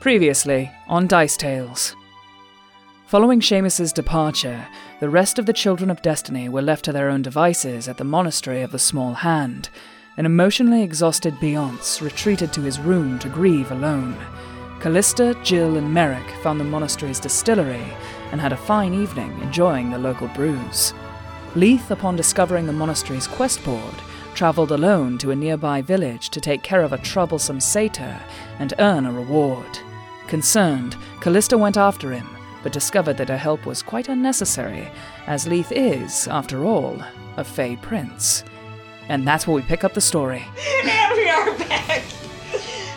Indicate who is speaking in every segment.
Speaker 1: Previously on Dice Tales. Following Seamus's departure, the rest of the Children of Destiny were left to their own devices at the monastery of the Small Hand. An emotionally exhausted Beyonce retreated to his room to grieve alone. Callista, Jill, and Merrick found the monastery's distillery and had a fine evening enjoying the local brews. Leith, upon discovering the monastery's quest board, travelled alone to a nearby village to take care of a troublesome satyr and earn a reward. Concerned, Callista went after him, but discovered that her help was quite unnecessary, as Leith is, after all, a Fey prince. And that's where we pick up the story.
Speaker 2: and we are back.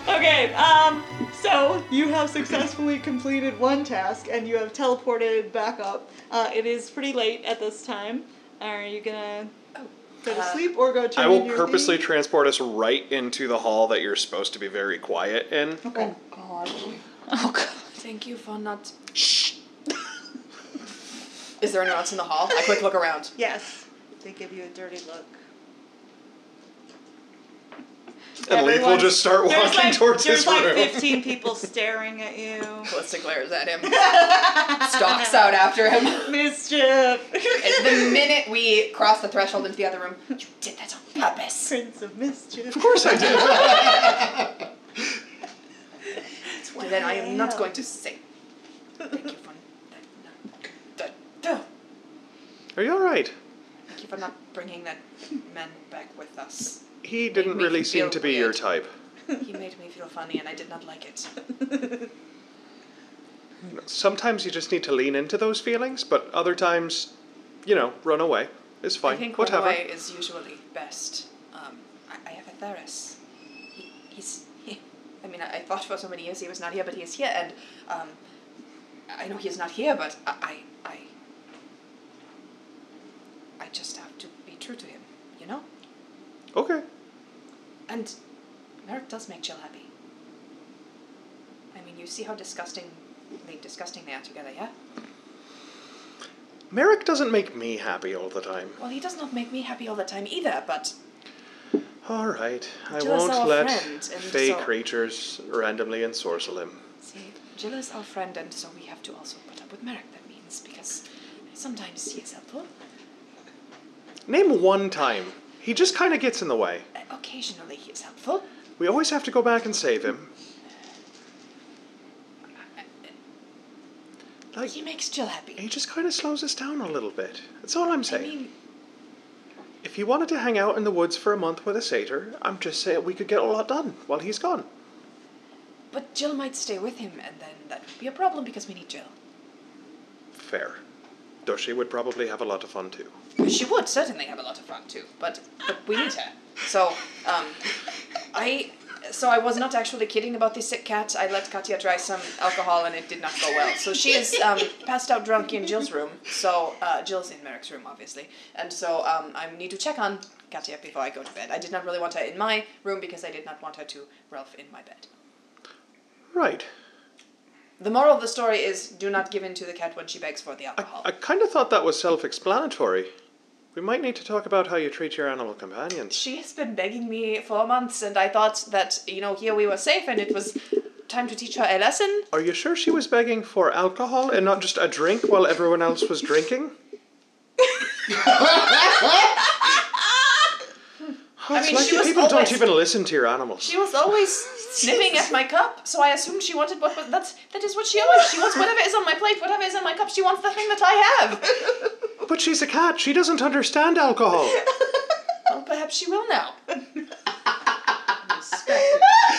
Speaker 2: Okay, um, so you have successfully completed one task and you have teleported back up. Uh, it is pretty late at this time. Are you gonna go to sleep or go turn
Speaker 3: I will
Speaker 2: in your
Speaker 3: purposely
Speaker 2: key?
Speaker 3: transport us right into the hall that you're supposed to be very quiet in.
Speaker 2: Okay.
Speaker 4: God.
Speaker 1: Oh, God.
Speaker 4: Thank you for not. Shh. Is there anyone else in the hall? I quick look around.
Speaker 2: Yes. They give you a dirty look.
Speaker 3: And Leith will
Speaker 2: Everyone-
Speaker 3: just start
Speaker 2: There's
Speaker 3: walking
Speaker 2: like-
Speaker 3: towards
Speaker 2: there's
Speaker 3: his
Speaker 2: like
Speaker 3: room.
Speaker 2: 15 people staring at you.
Speaker 4: Ballista glares at him, stalks out after him.
Speaker 2: Mischief.
Speaker 4: And the minute we cross the threshold into the other room, you did that on purpose.
Speaker 2: Prince of mischief.
Speaker 3: Of course I did.
Speaker 4: And then I am not
Speaker 2: hell?
Speaker 4: going to say. Thank you for that. that-
Speaker 3: Are you all right?
Speaker 4: Thank you for not bringing that man back with us.
Speaker 3: He didn't
Speaker 4: make
Speaker 3: really
Speaker 4: you
Speaker 3: seem
Speaker 4: feel
Speaker 3: to be your
Speaker 4: weird.
Speaker 3: type.
Speaker 4: He made me feel funny, and I did not like it.
Speaker 3: Sometimes you just need to lean into those feelings, but other times, you know, run away. It's
Speaker 4: I
Speaker 3: fine.
Speaker 4: think
Speaker 3: Whatever.
Speaker 4: one way is usually best. Um, I, I have a Theris. He, he's. He, I mean, I, I thought for so many years he was not here, but he is here, and um, I know he is not here, but I, I, I, I just have to be true to him, you know.
Speaker 3: Okay.
Speaker 4: And Merrick does make Jill happy. I mean, you see how disgusting, like, disgusting they are together, yeah?
Speaker 3: Merrick doesn't make me happy all the time.
Speaker 4: Well, he does not make me happy all the time either, but
Speaker 3: All right. I
Speaker 4: Jill is
Speaker 3: won't
Speaker 4: our
Speaker 3: let
Speaker 4: friend, and
Speaker 3: fey
Speaker 4: so-
Speaker 3: creatures randomly ensorcel him.
Speaker 4: See, Jill is our friend, and so we have to also put up with Merrick, that means, because sometimes he is helpful.
Speaker 3: Name one time. He just kind of gets in the way.
Speaker 4: Uh, Occasionally he is helpful.
Speaker 3: We always have to go back and save him. Like,
Speaker 4: He makes Jill happy.
Speaker 3: he just kind of slows us down a little bit. That's all I'm
Speaker 4: I
Speaker 3: saying.
Speaker 4: mean,
Speaker 3: if you wanted to hang out in the woods for a month with a satyr, I'm just saying we could get a lot done while he's gone.
Speaker 4: but Jill might stay with him, and then that would be a problem because we need Jill.
Speaker 3: Fair. Though she would probably have a lot of fun too.
Speaker 4: She would certainly have a lot of fun too, but, but we need her. So, um, I. So I was not actually kidding about the sick cat. I let Katya try some alcohol and it did not go well. So she is um, passed out drunk in Jill's room. So uh, Jill's in Merrick's room, obviously. And so um, I need to check on Katya before I go to bed. I did not really want her in my room because I did not want her to Ralph in my bed.
Speaker 3: Right.
Speaker 4: The moral of the story is do not give in to the cat when she begs for the
Speaker 3: I,
Speaker 4: alcohol.
Speaker 3: I kind of thought that was self explanatory. We might need to talk about how you treat your animal companions.
Speaker 4: She has been begging me for months, and I thought that, you know, here we were safe and it was time to teach her a lesson.
Speaker 3: Are you sure she was begging for alcohol and not just a drink while everyone else was drinking? Oh,
Speaker 4: I
Speaker 3: it's
Speaker 4: mean,
Speaker 3: like
Speaker 4: she
Speaker 3: you
Speaker 4: was
Speaker 3: people
Speaker 4: always-
Speaker 3: don't even listen to your animals.
Speaker 4: She was always sniffing at my cup, so I assumed she wanted what was, that's, that is what she always, she wants whatever is on my plate, whatever is in my cup, she wants the thing that I have.
Speaker 3: But she's a cat. She doesn't understand alcohol.
Speaker 4: Well, perhaps she will now. Respect.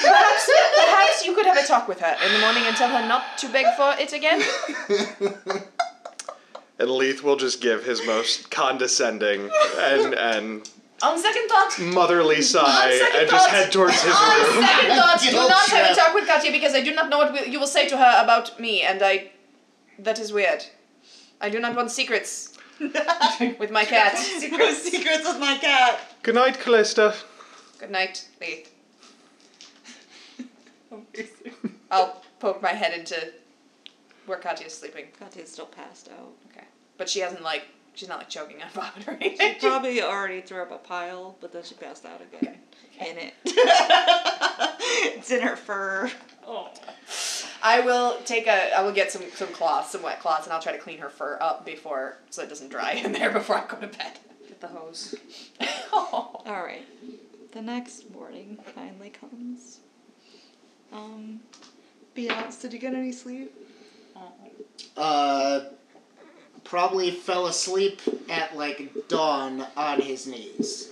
Speaker 4: Perhaps, perhaps you could have a talk with her in the morning and tell her not to beg for it again.
Speaker 3: And Leith will just give his most condescending and and
Speaker 4: On second thought,
Speaker 3: motherly sigh
Speaker 4: second
Speaker 3: and just
Speaker 4: thoughts.
Speaker 3: head towards his
Speaker 4: On
Speaker 3: room.
Speaker 4: second thoughts, do
Speaker 5: Guilt
Speaker 4: not have a
Speaker 5: trip.
Speaker 4: talk with Katya because I do not know what will- you will say to her about me, and I. That is weird. I do not want secrets with my cat.
Speaker 2: Secret secrets with my cat.
Speaker 3: Good night, Callista.
Speaker 4: Good night, Leith. I'll poke my head into where Katya is sleeping.
Speaker 2: Katya's still passed out.
Speaker 4: Okay. But she hasn't, like, she's not, like, choking on vomit or anything.
Speaker 2: She probably already threw up a pile, but then she passed out again in it. it's in her fur.
Speaker 4: I will take a. I will get some some cloths, some wet cloths, and I'll try to clean her fur up before so it doesn't dry in there before I go to bed.
Speaker 2: Get the hose.
Speaker 4: oh.
Speaker 2: All right. The next morning finally comes. Um, Beyonce, did you get any sleep?
Speaker 5: Uh, probably fell asleep at like dawn on his knees.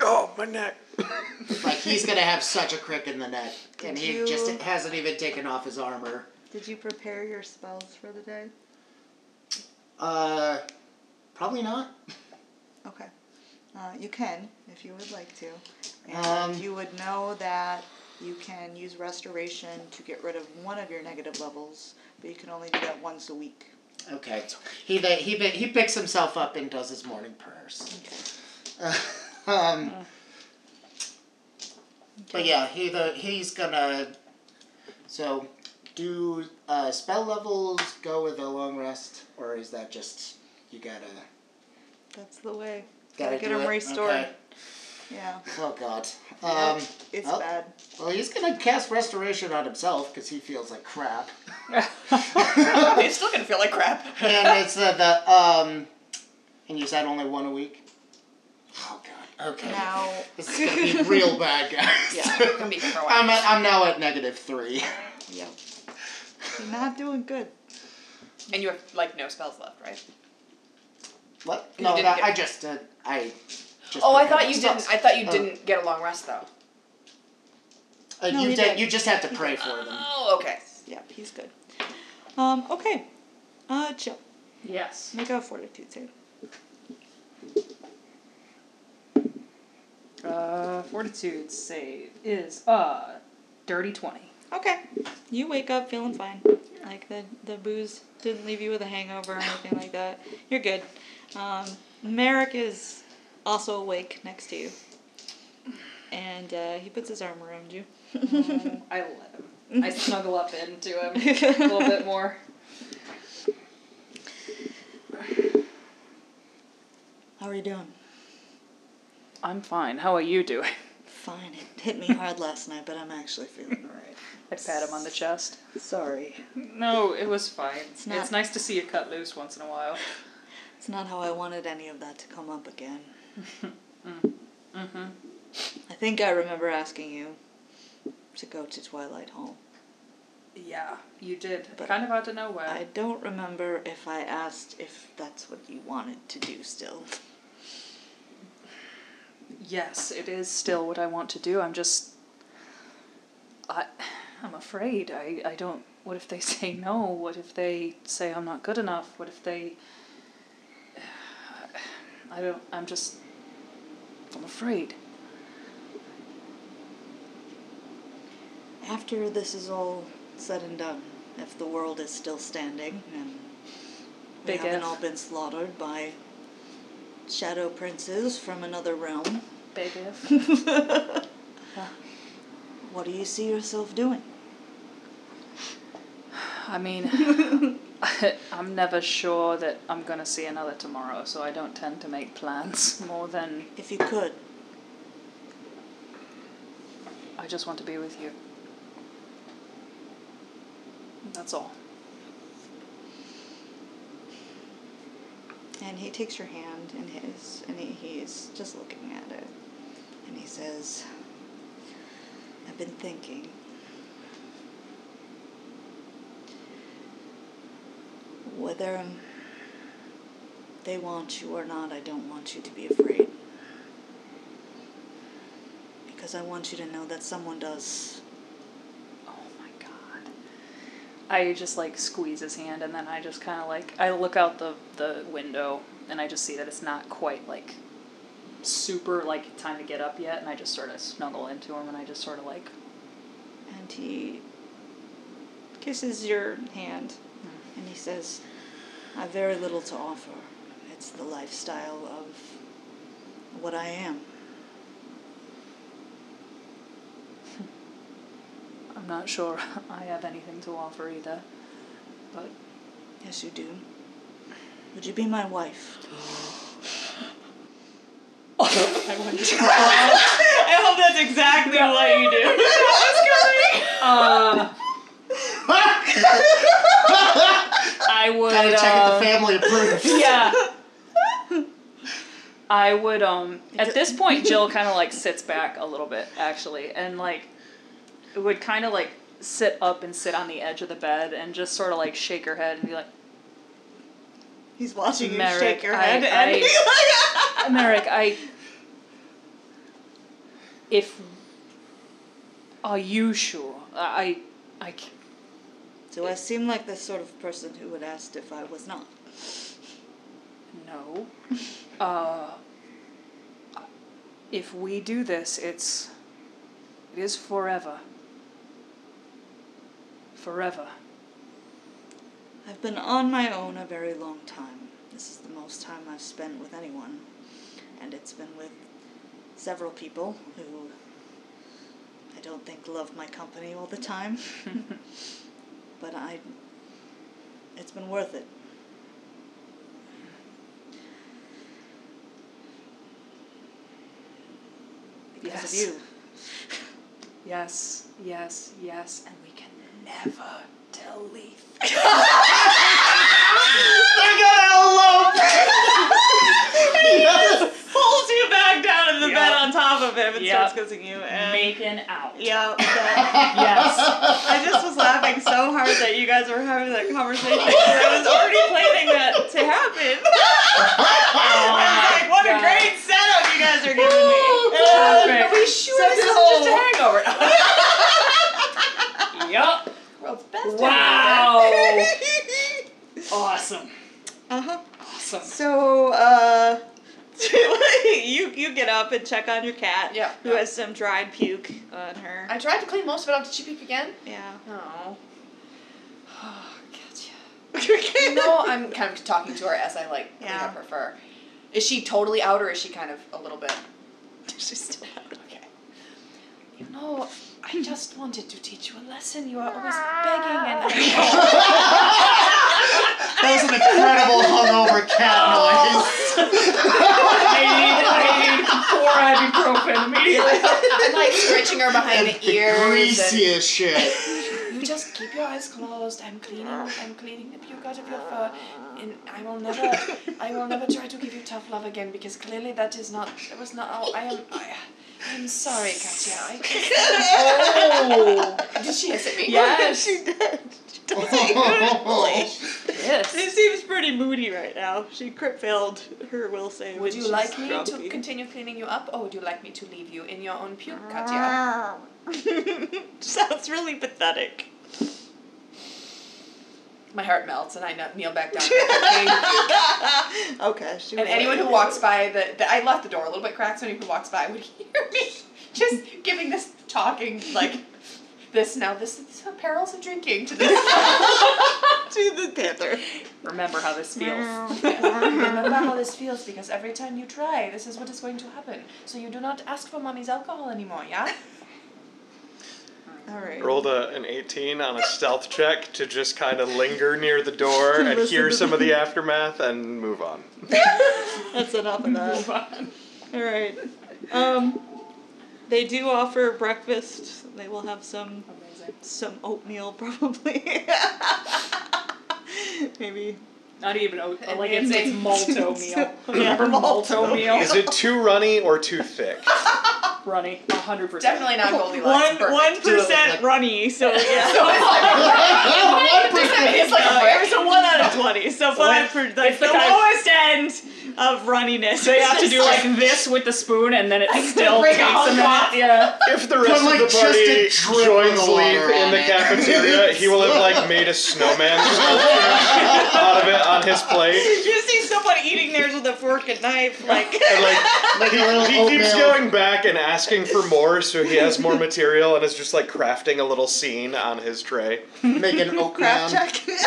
Speaker 3: Oh, my neck.
Speaker 5: Like he's gonna have such a crick in the neck, and he
Speaker 2: You-
Speaker 5: just hasn't even taken off his armor.
Speaker 2: Did you prepare your spells for the day?
Speaker 5: Uh, probably not.
Speaker 2: Okay. Uh, you can, if you would like to. And
Speaker 5: Um,
Speaker 2: you would know that you can use restoration to get rid of one of your negative levels, but you can only do that once a week.
Speaker 5: Okay. He ba- he ba- he picks himself up and does his morning prayers. um,
Speaker 2: Oh.
Speaker 5: but yeah, he the he's gonna. So, do uh, spell levels go with a long rest, or is that just you gotta
Speaker 2: That's the way.
Speaker 5: gotta,
Speaker 2: Gotta get
Speaker 5: do
Speaker 2: him
Speaker 5: it?
Speaker 2: restored.
Speaker 5: Okay.
Speaker 2: Yeah.
Speaker 5: Oh God. Um,
Speaker 2: It's
Speaker 5: oh,
Speaker 2: bad.
Speaker 5: Well, he's gonna cast restoration on himself because he feels like crap.
Speaker 4: It's still gonna feel like crap.
Speaker 5: and it's uh, the um, and you said only one a week. Oh god. Okay.
Speaker 2: Now,
Speaker 5: This is gonna be real bad, guys.
Speaker 4: Yeah, gonna be here for a while.
Speaker 5: I'm at, I'm now at negative three.
Speaker 2: yeah. You're not doing good.
Speaker 4: And you have like no spells left, right?
Speaker 5: What?
Speaker 4: You
Speaker 5: No,
Speaker 4: didn't
Speaker 5: that,
Speaker 4: get-
Speaker 5: I just uh, I. Just
Speaker 4: Oh, I
Speaker 5: prepared
Speaker 4: thought you
Speaker 5: myself.
Speaker 4: didn't. I thought you
Speaker 5: Oh.
Speaker 4: didn't get a long rest though.
Speaker 5: Uh,
Speaker 2: No,
Speaker 5: you
Speaker 2: you
Speaker 5: did.
Speaker 2: did.
Speaker 5: You just have to pray for them.
Speaker 4: Oh, okay.
Speaker 2: Yep, he's good. Um, okay. Uh, Jill,
Speaker 1: Yes.
Speaker 2: make a fortitude save.
Speaker 1: Uh, fortitude save is uh, dirty 20.
Speaker 2: Okay. You wake up feeling fine. Like the the booze didn't leave you with a hangover or anything like that. You're good. Um, Merrick is also awake next to you, and uh, he puts his arm around you.
Speaker 6: I let him. I snuggle up into him a little bit more.
Speaker 2: How are you doing?
Speaker 1: I'm fine. How are you doing?
Speaker 2: Fine. It hit me hard last night, but I'm actually feeling alright.
Speaker 1: I pat him on the chest.
Speaker 2: Sorry.
Speaker 6: No, it was fine. It's,
Speaker 2: not-
Speaker 6: nice to see you cut loose once in a while.
Speaker 2: It's not how I wanted any of that to come up again.
Speaker 6: Mm-hmm.
Speaker 2: I think I remember asking you to go to Twilight Hall.
Speaker 6: Yeah, you did.
Speaker 2: But-
Speaker 6: kind of out of nowhere.
Speaker 2: I don't remember if I asked if that's what you wanted to do still.
Speaker 6: Yes, it is still what I want to do. I'm just. I, I'm afraid. I, I don't. What if they say no? What if they say I'm not good enough? What if they. I don't. I'm just. I'm afraid.
Speaker 2: After this is all said and done, if the world is still standing and we
Speaker 6: Big
Speaker 2: haven't
Speaker 6: if.
Speaker 2: all been slaughtered by shadow princes from another realm,
Speaker 6: Big if.
Speaker 2: what do you see yourself doing?
Speaker 6: I mean, I'm never sure that I'm going to see another tomorrow, so I don't tend to make plans more than
Speaker 2: If you could,
Speaker 6: I just want to be with you. That's all.
Speaker 2: And he takes your hand in his, and he, he's just looking at it. And he says, I've been thinking. Whether they want you or not, I don't want you to be afraid. Because I want you to know that someone does.
Speaker 6: Oh my god. I just like squeeze his hand and then I just kind of like I look out the the window and I just see that it's not quite like super like time to get up yet and I just sort of snuggle into him and I just sort of like
Speaker 2: And he kisses your hand and he says, I have very little to offer. It's the lifestyle of what I am.
Speaker 6: I'm not sure I have anything to offer either. But
Speaker 2: Yes, you do. Would you be my wife?
Speaker 6: I hope that's exactly what you do. I would.
Speaker 5: Gotta check
Speaker 6: uh,
Speaker 5: if the family approves.
Speaker 6: yeah. I would um at this point Jill kind of like sits back a little bit actually and like would kind of like sit up and sit on the edge of the bed and just sort of like shake her head and be like
Speaker 2: He's watching you
Speaker 6: Merrick,
Speaker 2: shake your
Speaker 6: I-
Speaker 2: head and
Speaker 6: I-
Speaker 2: be like,
Speaker 6: Merrick, I if are you sure? I I c-
Speaker 2: Do I seem like the sort of person who would ask if I was not?
Speaker 6: No. Uh, if we do this, it's. It is forever. Forever.
Speaker 2: I've been on my own a very long time. This is the most time I've spent with anyone, and it's been with several people who I don't think love my company all the time. but I. It's been worth it. Because
Speaker 6: Yes.
Speaker 2: of you.
Speaker 6: Yes, yes, yes, and we can never tell Leaf.
Speaker 5: They're gonna elope!
Speaker 2: pulls you back down in the bed
Speaker 6: Yep.
Speaker 2: on top of him and
Speaker 6: Yep.
Speaker 2: starts kissing you. And
Speaker 6: Making out.
Speaker 2: yeah, that-
Speaker 6: Yes.
Speaker 2: I just was laughing so hard that you guys were having that conversation. 'cause I was already planning that to happen. I was like, what a
Speaker 6: Oh God.
Speaker 2: great setup you guys are giving me. And
Speaker 6: Perfect.
Speaker 4: we sure
Speaker 2: So
Speaker 4: this
Speaker 2: cool.
Speaker 4: isn't just a hangover?
Speaker 6: Yup.
Speaker 4: World's best
Speaker 6: Wow. awesome.
Speaker 2: uh huh.
Speaker 6: Awesome.
Speaker 2: So, uh, you you get up and check on your cat,
Speaker 4: Yeah.
Speaker 2: who has some dried puke on her.
Speaker 4: I tried to clean most of it off. Did she peek again?
Speaker 2: yeah.
Speaker 4: No. Oh, gotcha. No, I'm kind of talking to her as I like clean
Speaker 2: Yeah.
Speaker 4: up her fur. Is she totally out or is she kind of a little bit? She's still out. Okay. You know, I just wanted to teach you a lesson. You are always begging and.
Speaker 5: That was an incredible hungover
Speaker 4: Oh,
Speaker 5: cat
Speaker 6: I need, I need four ibuprofen immediately.
Speaker 4: I'm like scratching her behind
Speaker 5: noise.
Speaker 4: the ears. and-
Speaker 5: greasy as shit.
Speaker 4: You just keep your eyes closed. I'm cleaning. I'm cleaning the puke out of your fur, and I will never. I will never try to give you tough love again because clearly that is not. That was not. Oh, I am. I, I'm sorry, Katya. I just,
Speaker 6: Oh.
Speaker 4: did she hiss at me?
Speaker 6: Yes.
Speaker 2: She
Speaker 6: Yes.
Speaker 2: seems pretty moody right now. She crit failed her will save.
Speaker 4: Would
Speaker 2: and
Speaker 4: you
Speaker 2: she's
Speaker 4: like me
Speaker 2: grumpy.
Speaker 4: to continue cleaning you up, or would you like me to leave you in your own puke, Katya?
Speaker 2: Sounds really pathetic.
Speaker 4: My heart melts, and I kn- kneel back down. and
Speaker 2: okay. She
Speaker 4: and
Speaker 2: will.
Speaker 4: anyone who walks by, the, the I left the door a little bit cracked, so anyone who walks by would hear me just giving this talking like this. Now this is the perils of drinking to this.
Speaker 2: to the panther.
Speaker 6: Remember how this feels.
Speaker 4: Remember how this feels because every time you try, this is what is going to happen. So you do not ask for mommy's alcohol anymore, yeah?
Speaker 2: All right.
Speaker 3: Rolled a, an 18 on a stealth check to just kind of linger near the door and
Speaker 2: Listen
Speaker 3: hear
Speaker 2: to
Speaker 3: some of the aftermath and move on.
Speaker 2: That's enough of that. All right. Um, they do offer breakfast. They will have some some oatmeal probably. Maybe.
Speaker 6: Not even oat.
Speaker 4: And
Speaker 6: Like it's, it's malto meal.
Speaker 2: Yeah,
Speaker 6: Remember malto meal?
Speaker 3: Is it too runny or too thick?
Speaker 6: Runny, hundred percent.
Speaker 4: Definitely not Goldilocks.
Speaker 2: One
Speaker 4: perfect.
Speaker 2: one percent
Speaker 5: Perfect.
Speaker 2: runny. So yeah.
Speaker 4: So it's like, it's like a
Speaker 2: It's a one out of twenty. So five for like,
Speaker 6: it's
Speaker 2: the,
Speaker 6: the kind of-
Speaker 2: lowest end of runniness.
Speaker 6: They have to do like this with the spoon, and then it still
Speaker 4: bring
Speaker 6: takes a
Speaker 4: on
Speaker 6: minute.
Speaker 4: that.
Speaker 6: Yeah.
Speaker 3: If the rest of
Speaker 5: like,
Speaker 3: the
Speaker 5: just
Speaker 3: party
Speaker 5: a dribble
Speaker 3: joins
Speaker 5: of water
Speaker 3: Leaf in
Speaker 5: on
Speaker 3: the
Speaker 5: it.
Speaker 3: cafeteria, he will have like made a snowman sculpture out of it on his plate.
Speaker 2: You see someone eating theirs with a fork and knife, like
Speaker 3: And like
Speaker 5: Like a little
Speaker 3: he keeps
Speaker 5: oatmeal.
Speaker 3: going back and asking for more, so he has more material and is just like crafting a little scene on his tray.
Speaker 5: Make an oat
Speaker 2: craft
Speaker 5: man.
Speaker 2: check.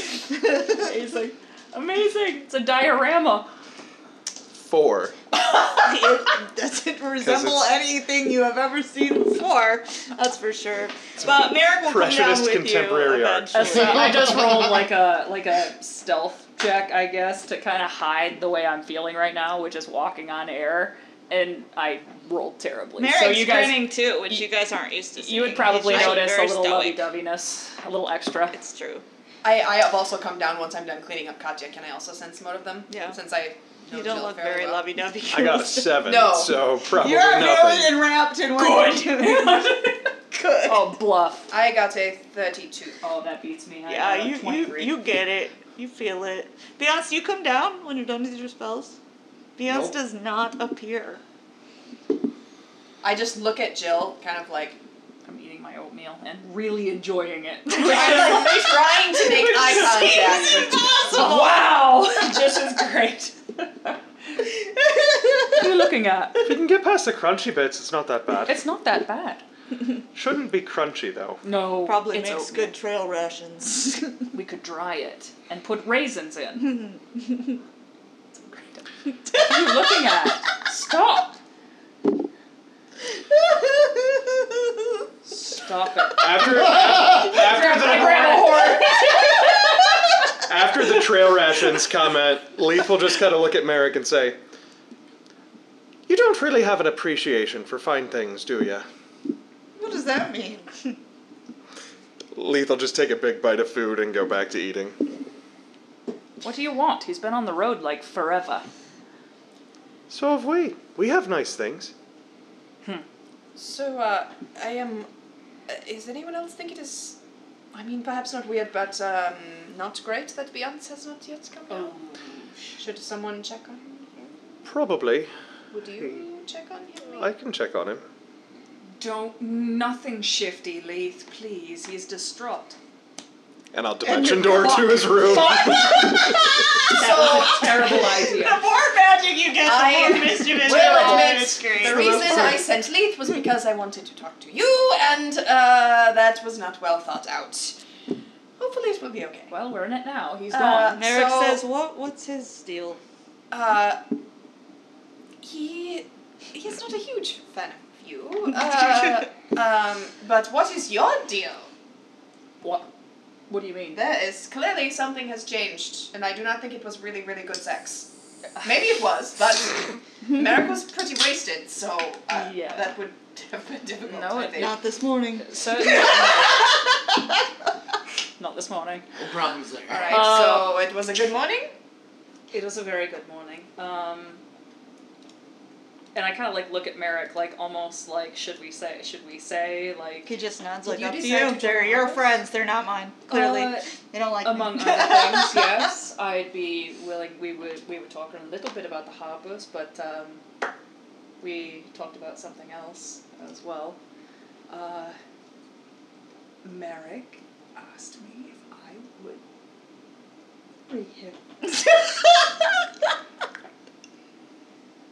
Speaker 6: Amazing. Amazing. It's a diorama.
Speaker 3: Four.
Speaker 2: it doesn't resemble
Speaker 3: it's-
Speaker 2: anything you have ever seen before. That's for sure. But Merrick will come down
Speaker 3: Precious
Speaker 2: with
Speaker 3: contemporary
Speaker 2: you
Speaker 3: art.
Speaker 6: That's
Speaker 2: eventually.
Speaker 6: not- I just rolled like a like a stealth check, I guess, to kind of hide the way I'm feeling right now, which is walking on air. and I rolled terribly.
Speaker 2: Merrick's
Speaker 6: so you guys,
Speaker 2: grinning too, which
Speaker 6: you-
Speaker 2: you guys aren't used to seeing.
Speaker 6: you would probably
Speaker 2: He's
Speaker 6: notice a
Speaker 2: very
Speaker 6: little lovey
Speaker 2: stoic.
Speaker 6: doveyness, a little extra.
Speaker 2: It's true.
Speaker 4: I, I have also come down once I'm done cleaning up Katya. Can I also sense more of them?
Speaker 2: Yeah.
Speaker 4: Since I know
Speaker 2: you don't
Speaker 4: Jill
Speaker 2: look
Speaker 4: fairly
Speaker 2: very
Speaker 4: well.
Speaker 2: lovey dovey.
Speaker 3: I got a seven,
Speaker 4: No.
Speaker 3: so probably
Speaker 2: You're very
Speaker 3: nothing.
Speaker 2: enwrapped in what you're doing. Good.
Speaker 6: Oh, bluff.
Speaker 4: I got a 32.
Speaker 6: Oh, that beats me. I
Speaker 2: yeah,
Speaker 6: got a
Speaker 2: you, you
Speaker 6: 23.
Speaker 2: you get it. You feel it. Beyonce, you come down when you're done with your spells. Beyonce
Speaker 5: Nope.
Speaker 2: does not appear.
Speaker 4: I just look at Jill, kind of like,
Speaker 6: I'm eating my oatmeal and really enjoying it.
Speaker 4: I'm like trying to make eye contact. with-
Speaker 6: wow, this is great. what are you looking at?
Speaker 3: If you can get past the crunchy bits, it's not that bad.
Speaker 6: It's not that bad.
Speaker 3: Shouldn't be crunchy though.
Speaker 6: No,
Speaker 2: Probably
Speaker 6: it's
Speaker 2: makes
Speaker 6: oatmeal.
Speaker 2: good trail rations.
Speaker 6: We could dry it and put raisins in. what are you looking at? Stop! Stop it.
Speaker 3: After after
Speaker 6: I
Speaker 3: the
Speaker 6: grab a horn.
Speaker 3: after the trail rations comment, Leaf will just kind of look at Merrick and say, "You don't really have an appreciation for fine things, do you?"
Speaker 2: what does that mean?
Speaker 3: Leaf will just take a big bite of food and go back to eating.
Speaker 6: What do you want? He's been on the road like forever.
Speaker 3: So have we. We have nice things.
Speaker 4: So, uh, I am. Uh, is anyone else think it is. I mean, perhaps not weird, but um, not great that Beyonce has not yet come down? Should someone check on him?
Speaker 3: Probably.
Speaker 4: Would you check on him?
Speaker 3: I can check on him.
Speaker 6: Don't nothing shifty, Leith, please. He's distraught.
Speaker 3: And I'll dimension door to his room.
Speaker 4: So,
Speaker 6: Terrible
Speaker 2: The
Speaker 6: idea.
Speaker 2: more magic you get, the
Speaker 4: I
Speaker 2: more mischievous
Speaker 4: will
Speaker 2: you are.
Speaker 4: admit,
Speaker 2: It's great.
Speaker 4: The reason I sent Leith was because I wanted to talk to you, and uh, that was not well thought out. Hopefully, it will be okay.
Speaker 6: Well, we're in it now. He's
Speaker 4: Uh,
Speaker 6: gone.
Speaker 2: Merrick
Speaker 4: So-
Speaker 2: says, "What? What's his deal?"
Speaker 4: Uh, he he's not a huge fan of you. Uh, um, but what is your deal?
Speaker 6: What? What do you mean?
Speaker 4: There is clearly something has changed, and I do not think it was really, really good sex. Maybe it was, but Merrick was pretty wasted, so uh,
Speaker 6: Yeah.
Speaker 4: that would have been difficult.
Speaker 6: No,
Speaker 4: I
Speaker 6: it-
Speaker 4: think.
Speaker 2: Not this morning.
Speaker 6: Certainly. Not this morning.
Speaker 5: The problem's there.
Speaker 4: All right,
Speaker 6: Uh,
Speaker 4: so it was a good morning.
Speaker 6: It was a very good morning. Um, and I kind of like look at Merrick, like almost like, should we say? Should we say like?
Speaker 2: He just nods
Speaker 4: Did
Speaker 2: like
Speaker 4: you
Speaker 2: up to
Speaker 4: decide
Speaker 2: you.
Speaker 4: to
Speaker 2: They're
Speaker 4: join
Speaker 2: your
Speaker 4: us?
Speaker 2: friends. They're not mine. Clearly,
Speaker 6: Uh,
Speaker 2: they don't like
Speaker 6: among
Speaker 2: me.
Speaker 6: other things, yes, I'd be willing. We were we were talking a little bit about the harbors, but um, we talked about something else as well. Uh, Merrick asked me if I would marry him.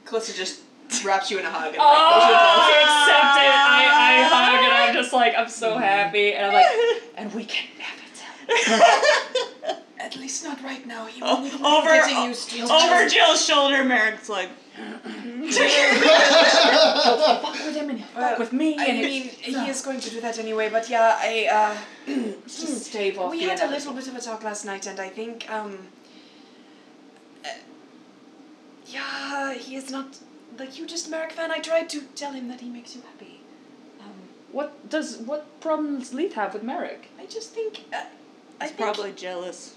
Speaker 4: Calista just wraps you in a hug and like,
Speaker 6: Oh,
Speaker 4: goes with
Speaker 6: I
Speaker 4: us.
Speaker 6: accept it. I, I hug and I'm just like, I'm so happy. And I'm like, and we can never tell.
Speaker 4: At least not right now. He
Speaker 2: Oh,
Speaker 4: will need
Speaker 2: over-
Speaker 4: getting used to your
Speaker 2: Over Jill's shoulder, Merrick's like,
Speaker 6: Fuck with him and he'll fuck with me.
Speaker 4: I
Speaker 6: and
Speaker 4: mean, he is going to do that anyway, but yeah, I, uh,
Speaker 6: just stave off
Speaker 4: we
Speaker 6: the
Speaker 4: had a little
Speaker 6: inevitable.
Speaker 4: bit of a talk last night, and I think, um, uh, yeah, he is not the hugest Merrick fan. I tried to tell him that he makes you happy. Um,
Speaker 6: What does what problems Leith have with Merrick?
Speaker 4: I just think, uh, I
Speaker 2: he's
Speaker 4: think,
Speaker 2: probably jealous.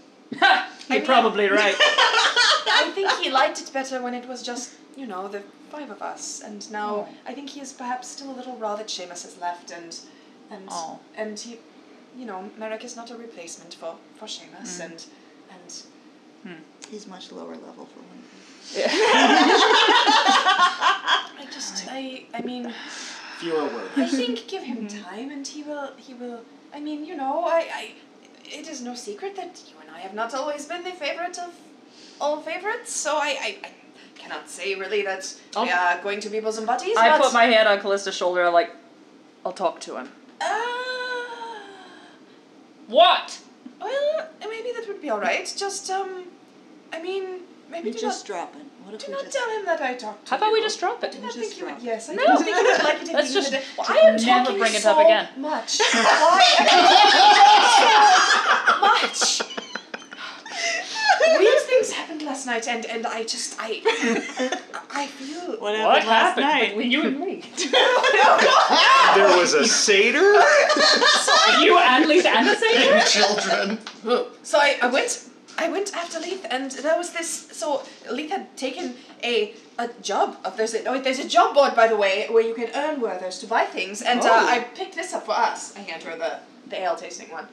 Speaker 6: You're probably right.
Speaker 4: I think he liked it better when it was just, you know, the five of us, and
Speaker 6: Oh.
Speaker 4: now I think he is perhaps still a little raw that Seamus has left, and, and,
Speaker 6: Oh.
Speaker 4: and he, you know, Merrick is not a replacement for, for Seamus, and, and
Speaker 2: He's much lower level for one.
Speaker 4: I just, I, I mean,
Speaker 5: Fewer
Speaker 4: I
Speaker 5: words.
Speaker 4: think give him
Speaker 6: Mm-hmm.
Speaker 4: time and he will, he will, I mean, you know, I, I, it is no secret that you and I have not always been the favorite of all favorites, so I, I, I cannot say really that we
Speaker 6: I'll-
Speaker 4: are going to be bosom buddies,
Speaker 6: Oh. I
Speaker 4: but,
Speaker 6: put my hand on Callista's shoulder, like, I'll talk to him.
Speaker 4: uh,
Speaker 6: What?
Speaker 4: well, maybe that would be alright, just, um, I mean, maybe
Speaker 2: We
Speaker 4: do
Speaker 2: just drop it. What
Speaker 4: not,
Speaker 2: if
Speaker 4: do
Speaker 2: we
Speaker 4: not
Speaker 2: just?
Speaker 4: tell him that I talked to
Speaker 6: How about we
Speaker 4: you.
Speaker 6: just drop it?
Speaker 4: I don't
Speaker 2: Just
Speaker 4: think you would,
Speaker 2: drop it.
Speaker 4: yes, I
Speaker 6: No.
Speaker 4: don't think you would like it if
Speaker 6: Let's
Speaker 4: you
Speaker 6: just-
Speaker 4: did it. Well, I am
Speaker 6: never
Speaker 4: talking
Speaker 6: bring it
Speaker 4: so
Speaker 6: up again.
Speaker 4: much. Why? am I talking so much. Weird things happen happened last night, and, and I just I I feel
Speaker 2: What happened last
Speaker 6: What happened
Speaker 2: night?
Speaker 6: between you and me?
Speaker 3: There was a satyr?
Speaker 6: you and Leith and the Savior?
Speaker 5: And children.
Speaker 4: So I, I went I went after Leith and there was this so Leith had taken a a job of there's a oh, there's a job board by the way where you can earn Werthers to buy things and
Speaker 6: Oh.
Speaker 4: uh, I picked this up for us. I hand her the, the ale tasting one.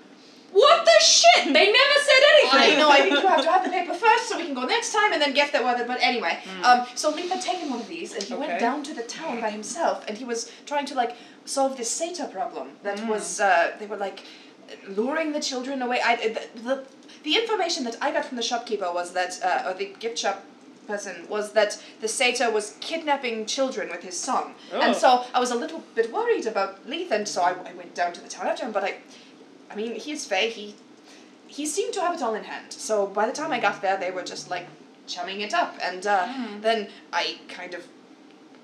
Speaker 6: What the shit? They never said
Speaker 4: I
Speaker 6: anything.
Speaker 4: know I think you have to have the paper first so we can go next time and then get that Werther but anyway. Um so Leith had taken one of these and he went
Speaker 6: Hmm. Okay.
Speaker 4: down to the town by himself and he was trying to like solve this satyr problem that was uh, they were like luring the children away. I, the, the, the information that I got from the shopkeeper was that, uh, or the gift shop person, was that the satyr was kidnapping children with his song. And
Speaker 6: Oh.
Speaker 4: so I was a little bit worried about Leith, and so I, I went down to the town after him, but I, I mean, he's Fey, he, he seemed to have it all in hand. So by the time I got there, they were just like chumming it up, and uh,
Speaker 6: Hmm.
Speaker 4: then I kind of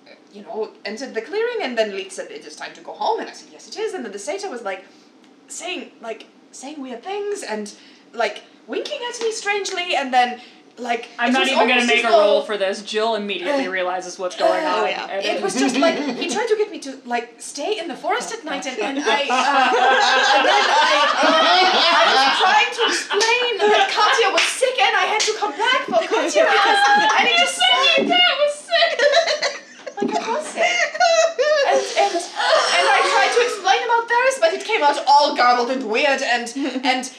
Speaker 4: uh, you know, entered the clearing, and then Leith said, "It is time to go home," and I said, "Yes, it is." And then the satyr was like, saying like saying weird things and like winking at me strangely, and then like
Speaker 6: I'm
Speaker 4: it
Speaker 6: not
Speaker 4: was
Speaker 6: even gonna
Speaker 4: almost
Speaker 6: make a
Speaker 4: as though-
Speaker 6: roll for this. Jill immediately realizes what's going on.
Speaker 4: Oh, yeah.
Speaker 6: and
Speaker 4: It was just like he tried to get me to like stay in the forest at night, and, and I uh, and then I,
Speaker 5: Oh,
Speaker 4: uh, I was trying to explain that Katya was sick, and I had to come back for Katya because I need to stay. That was sick. like I was sick. And, and, and I tried to explain about Varys, but it came out all garbled and weird, and and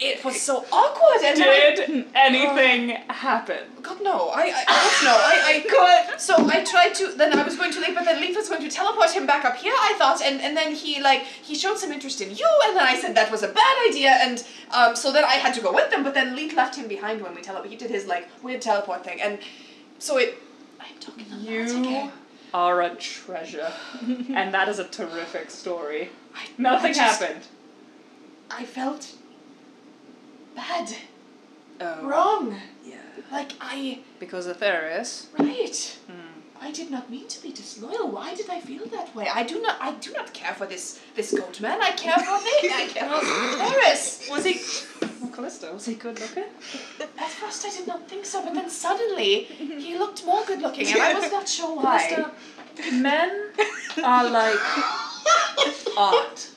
Speaker 4: it was so awkward. And I-
Speaker 6: Did anything
Speaker 4: Oh.
Speaker 6: happen?
Speaker 4: God no! I I God no! I I God. So I tried to. Then I was going to leave, but then Leaf was going to teleport him back up here. I thought, and and then he like he showed some interest in you, and then I said that was a bad idea, and um so then I had to go with them, but then Leaf left him behind when we teleport. He did his like weird teleport thing, and so it. I'm talking a lot
Speaker 6: You
Speaker 4: again.
Speaker 6: are a treasure, and that is a terrific story.
Speaker 4: I,
Speaker 6: Nothing
Speaker 4: I just-
Speaker 6: happened.
Speaker 4: I felt bad,
Speaker 6: Oh,
Speaker 4: wrong.
Speaker 6: yeah.
Speaker 4: Like I
Speaker 6: Because of Theris.
Speaker 4: Right. I did not mean to be disloyal. Why did I feel that way? I do not. I do not care for this this goat man. I care for thing. I care for Paris.
Speaker 6: Was he? Callisto, was he good looking?
Speaker 4: At first, I did not think so, but then suddenly he looked more good looking, and I was not sure why.
Speaker 6: Men are like art.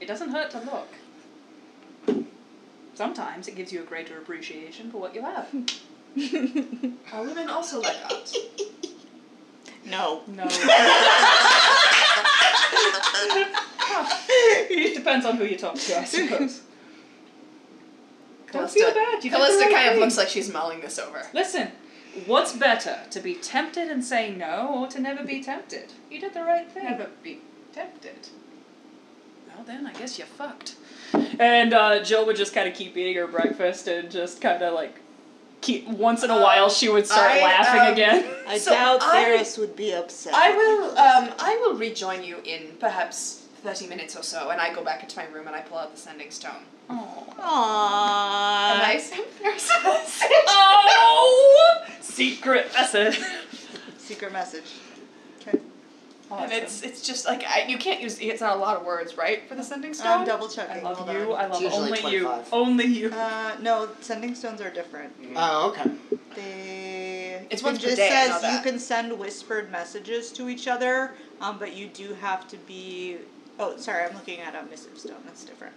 Speaker 6: It doesn't hurt to look. Sometimes it gives you a greater appreciation for what you have.
Speaker 4: Are women also like that?
Speaker 2: No.
Speaker 6: No. it depends on who you talk to, I suppose. Don't feel bad. You did the
Speaker 4: Callista
Speaker 6: right
Speaker 4: kind of
Speaker 6: thing.
Speaker 4: looks like she's mulling this over.
Speaker 6: Listen, what's better, to be tempted and say no, or to never be tempted? You did the right thing.
Speaker 4: Never be tempted.
Speaker 6: Well, then I guess you're fucked. And uh, Jill would just kind of keep eating her breakfast and just kind of like keep. Once in a
Speaker 4: Uh,
Speaker 6: while, she would start
Speaker 4: I,
Speaker 6: laughing
Speaker 4: um,
Speaker 6: again.
Speaker 2: I
Speaker 4: So
Speaker 2: doubt
Speaker 4: I-
Speaker 2: Varys would be upset.
Speaker 4: I will. Um, I will rejoin you in perhaps thirty minutes or so, and I go back into my room and I pull out the sending stone.
Speaker 2: Aww.
Speaker 4: And I send Paris a message.
Speaker 6: oh, secret message.
Speaker 2: Secret message.
Speaker 4: And it's it's just like I, you can't use it's not a lot of words, right, for the sending stone.
Speaker 2: I'm Um, double
Speaker 6: I
Speaker 2: checking.
Speaker 6: love
Speaker 2: Hold
Speaker 6: you.
Speaker 2: on.
Speaker 6: I love
Speaker 5: usually
Speaker 6: only you.
Speaker 5: 25.
Speaker 6: Only you.
Speaker 2: Uh, no, sending stones are different.
Speaker 5: Oh, okay.
Speaker 2: They.
Speaker 4: It's
Speaker 2: it
Speaker 4: once per
Speaker 2: just
Speaker 4: day, I know
Speaker 2: says you
Speaker 4: that.
Speaker 2: can send whispered messages to each other, um, but you do have to be. Oh, sorry, I'm looking at a missive stone. That's different.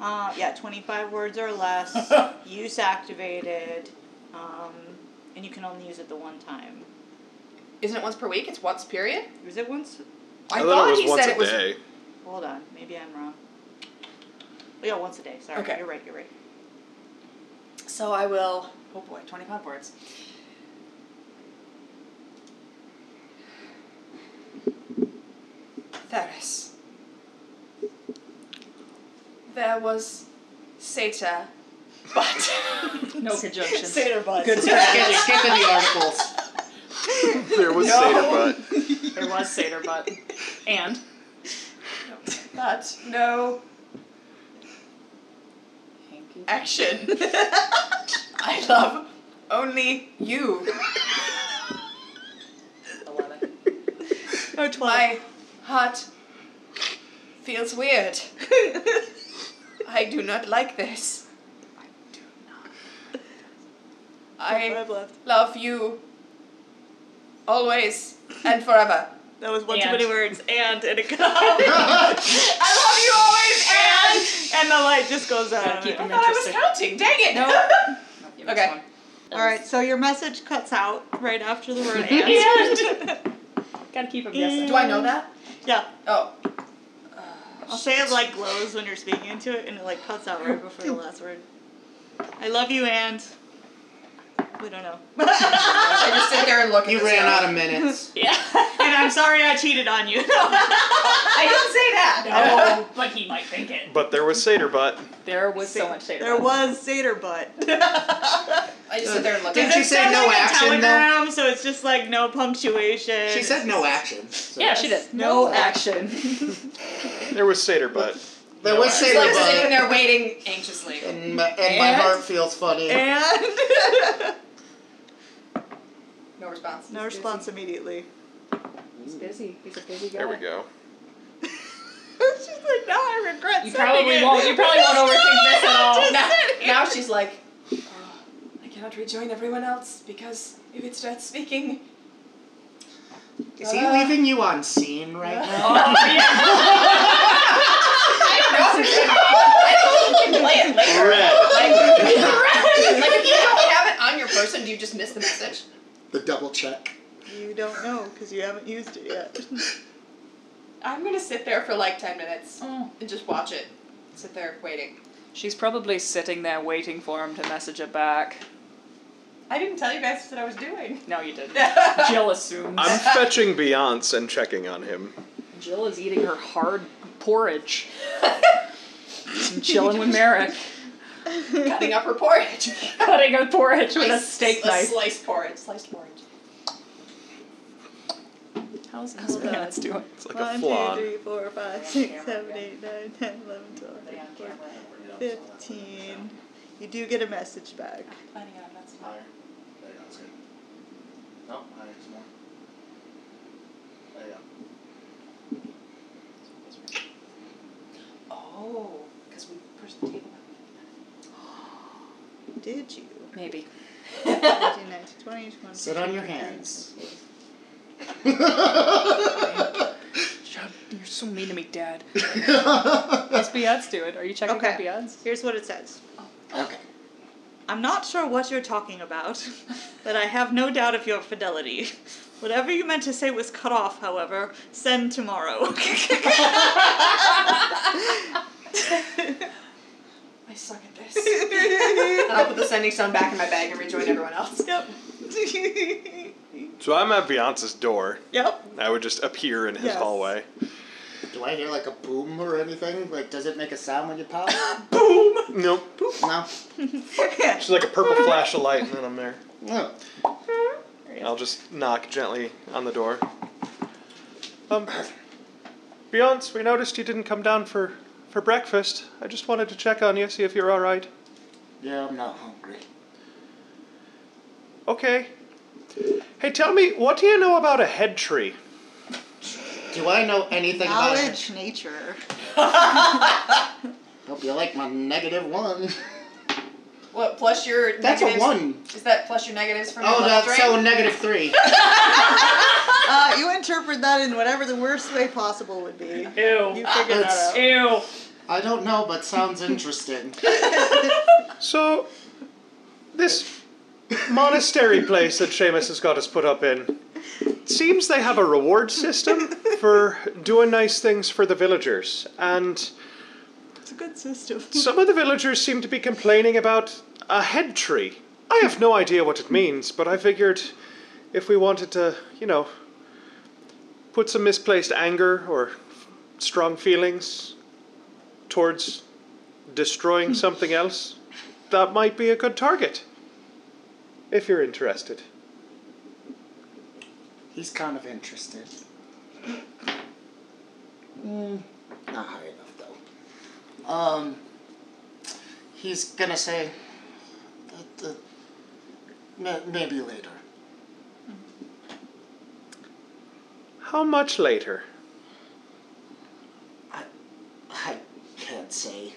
Speaker 2: Uh, yeah, 25 words or less. use activated, um, and you can only use it the one time.
Speaker 4: Isn't it once per week? It's once period.
Speaker 2: Use it once.
Speaker 4: I,
Speaker 3: thought it was
Speaker 4: he
Speaker 3: once
Speaker 4: said
Speaker 3: a
Speaker 4: it was.
Speaker 3: day.
Speaker 2: Hold on, maybe I'm wrong. Yeah, once a day. Sorry,
Speaker 4: Okay.
Speaker 2: you're right. You're right.
Speaker 4: So I will. Oh boy, twenty five words. Theris. There was Sata, but
Speaker 6: No conjunctions.
Speaker 2: Satyr butt.
Speaker 6: Good
Speaker 5: Get,
Speaker 6: strategy.
Speaker 5: get to the articles.
Speaker 3: There was satyr butt.
Speaker 6: There was Seder butt. And
Speaker 4: but no
Speaker 6: Hanky.
Speaker 4: action. I love only you.
Speaker 6: Eleven.
Speaker 2: Oh, 12.
Speaker 4: My heart feels weird. I do not like this. I do not. I
Speaker 2: I've left.
Speaker 4: love you always and forever.
Speaker 2: That was one too
Speaker 6: And.
Speaker 2: many words. And and it got out.
Speaker 4: I love you always and.
Speaker 2: and the light just goes out.
Speaker 6: keep
Speaker 4: I
Speaker 6: them
Speaker 4: thought I was counting.
Speaker 6: interested.
Speaker 4: Dang it! No. okay.
Speaker 2: All right, so your message cuts out right after the word and.
Speaker 6: And. Gotta keep them guessing.
Speaker 4: Do I know that?
Speaker 2: yeah,
Speaker 4: Oh.
Speaker 2: I'll say it like glows when you're speaking into it, and it like cuts out right before the last word. I love you and. We don't know. and
Speaker 4: I just sit there and look at
Speaker 5: You
Speaker 4: this
Speaker 5: ran
Speaker 4: guy.
Speaker 5: out of minutes.
Speaker 6: Yeah.
Speaker 2: I'm sorry I cheated on you.
Speaker 4: I didn't say that.
Speaker 6: oh, but he might think it.
Speaker 3: But there was Saterbutt.
Speaker 6: There was so much data.
Speaker 2: there was Sater butt.
Speaker 4: I just sit there and look
Speaker 5: Did
Speaker 4: at
Speaker 5: you
Speaker 4: it.
Speaker 5: say no action, though?
Speaker 2: telegram, so it's just like no punctuation.
Speaker 5: She said no action. so-
Speaker 6: Yeah, she did.
Speaker 2: No
Speaker 6: action.
Speaker 3: There was Saterbutt.
Speaker 5: There was
Speaker 4: It's like sitting
Speaker 5: Sailor
Speaker 4: there waiting anxiously.
Speaker 5: and my, and my
Speaker 4: And-
Speaker 5: heart feels funny.
Speaker 2: And.
Speaker 4: No response.
Speaker 2: no response immediately.
Speaker 6: He's busy. He's a busy guy.
Speaker 3: There we go.
Speaker 2: She's like, now I regret
Speaker 6: You
Speaker 2: sending
Speaker 6: probably
Speaker 2: it."
Speaker 6: won't. You probably won't overthink this at all.
Speaker 4: Now, Oh, now she's like, "Oh, I cannot rejoin everyone else because if it starts speaking,
Speaker 5: Is he leaving you on scene right now?
Speaker 4: I don't know. I don't think you can play it later.
Speaker 3: Red.
Speaker 4: Like, like if you don't have it on your person, do you just miss the message?
Speaker 5: The double check.
Speaker 2: You don't know because you haven't used it yet.
Speaker 4: I'm gonna sit there for like ten minutes
Speaker 6: Oh.
Speaker 4: and just watch it. Sit there waiting.
Speaker 6: She's probably sitting there waiting for him to message her back.
Speaker 4: I didn't tell you guys what I was doing.
Speaker 6: No, you didn't. Jill assumes.
Speaker 3: I'm fetching Beyonce and checking on him.
Speaker 6: Jill is eating her hard porridge. She's chilling with Merrick,
Speaker 4: Cutting up her porridge.
Speaker 6: cutting a porridge with a steak
Speaker 4: a
Speaker 6: knife.
Speaker 4: Sliced porridge. Sliced porridge. Oh
Speaker 6: How's how's Beyonce doing?
Speaker 3: It's like a
Speaker 2: One, two,
Speaker 3: flan.
Speaker 2: three, four, five, six, seven, eight, nine, ten, eleven, twelve, thirteen, fourteen, fifteen. You do get a message back.
Speaker 4: Planning on that's fine.
Speaker 5: Higher. There you go. That's good. Nope. Higher. Some more. There you go.
Speaker 4: Oh, because we pushed the table
Speaker 2: Did you?
Speaker 6: Maybe.
Speaker 2: 19, 19, 20, 20,
Speaker 5: Sit on your hands.
Speaker 6: Shut- You're so mean to me, Dad. How's Beyonce doing? Are you checking
Speaker 2: Okay.
Speaker 6: out Beyonce?
Speaker 2: Here's what it says.
Speaker 5: okay.
Speaker 2: I'm not sure what you're talking about, but I have no doubt of your fidelity. Whatever you meant to say was cut off, however. Send tomorrow.
Speaker 4: I suck at this. and I'll put the sending stone back in my bag and rejoin everyone else.
Speaker 2: yep.
Speaker 3: So I'm at Beyonce's door.
Speaker 2: yep.
Speaker 3: I would just appear in his
Speaker 2: Yes.
Speaker 3: hallway.
Speaker 5: Do I hear like a boom or anything? Like, does it make a sound when you pop?
Speaker 3: Nope.
Speaker 5: no.
Speaker 3: She's like a purple flash of light, and then I'm there.
Speaker 5: No.
Speaker 3: I'll just knock gently on the door. Um, Beyonce, we noticed you didn't come down for, for breakfast. I just wanted to check on you, see if you're all right.
Speaker 5: Yeah, I'm not hungry.
Speaker 3: Okay. Hey, tell me, what do you know about a head tree?
Speaker 5: Do I know anything about it?
Speaker 2: Knowledge, nature.
Speaker 5: Hope you like my negative one.
Speaker 4: What plus your
Speaker 5: That's a
Speaker 4: negatives?
Speaker 5: one.
Speaker 4: Is that plus your negatives from
Speaker 5: Oh,
Speaker 4: your
Speaker 5: that's
Speaker 4: level three?
Speaker 5: so negative three.
Speaker 2: Uh, you interpret that in whatever the worst way possible would be. You
Speaker 6: Ew.
Speaker 2: figure that out.
Speaker 6: Ew.
Speaker 5: I don't know, but sounds interesting.
Speaker 3: So, this monastery place that Seamus has got us put up in seems they have a reward system for doing nice things for the villagers. And
Speaker 2: It's a good system.
Speaker 3: some of the villagers seem to be complaining about a head tree. I have no idea what it means, but I figured if we wanted to, you know, put some misplaced anger or strong feelings towards destroying something else, that might be a good target. If you're interested.
Speaker 5: He's kind of interested. Mm, not high enough though. Um, he's gonna say, uh, uh, ma- maybe later.
Speaker 3: How much later?
Speaker 5: I, I can't say.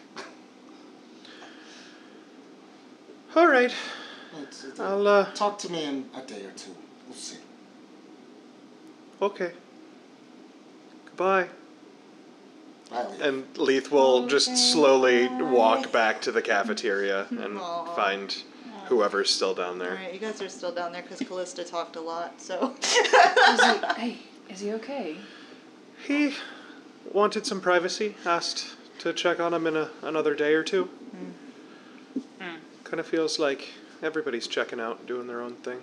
Speaker 3: All right.
Speaker 5: It's, it's,
Speaker 3: I'll, uh,
Speaker 5: talk to me in a day or two. We'll see.
Speaker 3: okay. Goodbye.
Speaker 5: I leave.
Speaker 3: And Leith will just
Speaker 2: Oh, Okay,
Speaker 3: slowly
Speaker 2: bye.
Speaker 3: walk back to the cafeteria and
Speaker 2: Aw.
Speaker 3: find whoever's still down
Speaker 2: All
Speaker 3: there.
Speaker 2: right, you guys are still down there because Callista talked a lot. So
Speaker 6: Is he, hey, is he okay?
Speaker 3: He wanted some privacy, asked to check on him in a, another day or two.
Speaker 2: Hmm.
Speaker 3: Kind of feels like everybody's checking out, doing their own thing.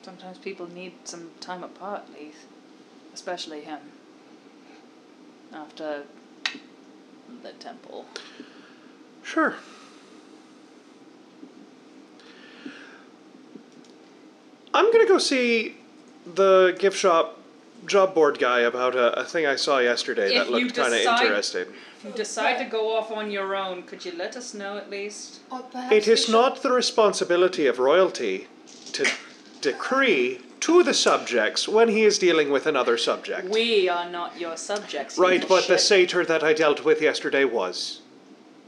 Speaker 6: Sometimes people need some time apart, Leith. Especially him. After the temple.
Speaker 3: Sure. I'm gonna go see the gift shop job board guy about a, a thing I saw yesterday
Speaker 6: If
Speaker 3: that
Speaker 6: you
Speaker 3: looked kind of
Speaker 6: decide-
Speaker 3: interesting.
Speaker 6: If you decide to go off on your own, could you let us know at least?
Speaker 5: Or
Speaker 4: Oh,
Speaker 5: perhaps
Speaker 3: It
Speaker 5: we
Speaker 3: is
Speaker 5: should-
Speaker 3: not the responsibility of royalty to decree to the subjects when he is dealing with another subject.
Speaker 6: We are not your subjects. you
Speaker 3: right,
Speaker 6: little
Speaker 3: but the
Speaker 6: shit.
Speaker 3: satyr that I dealt with yesterday was.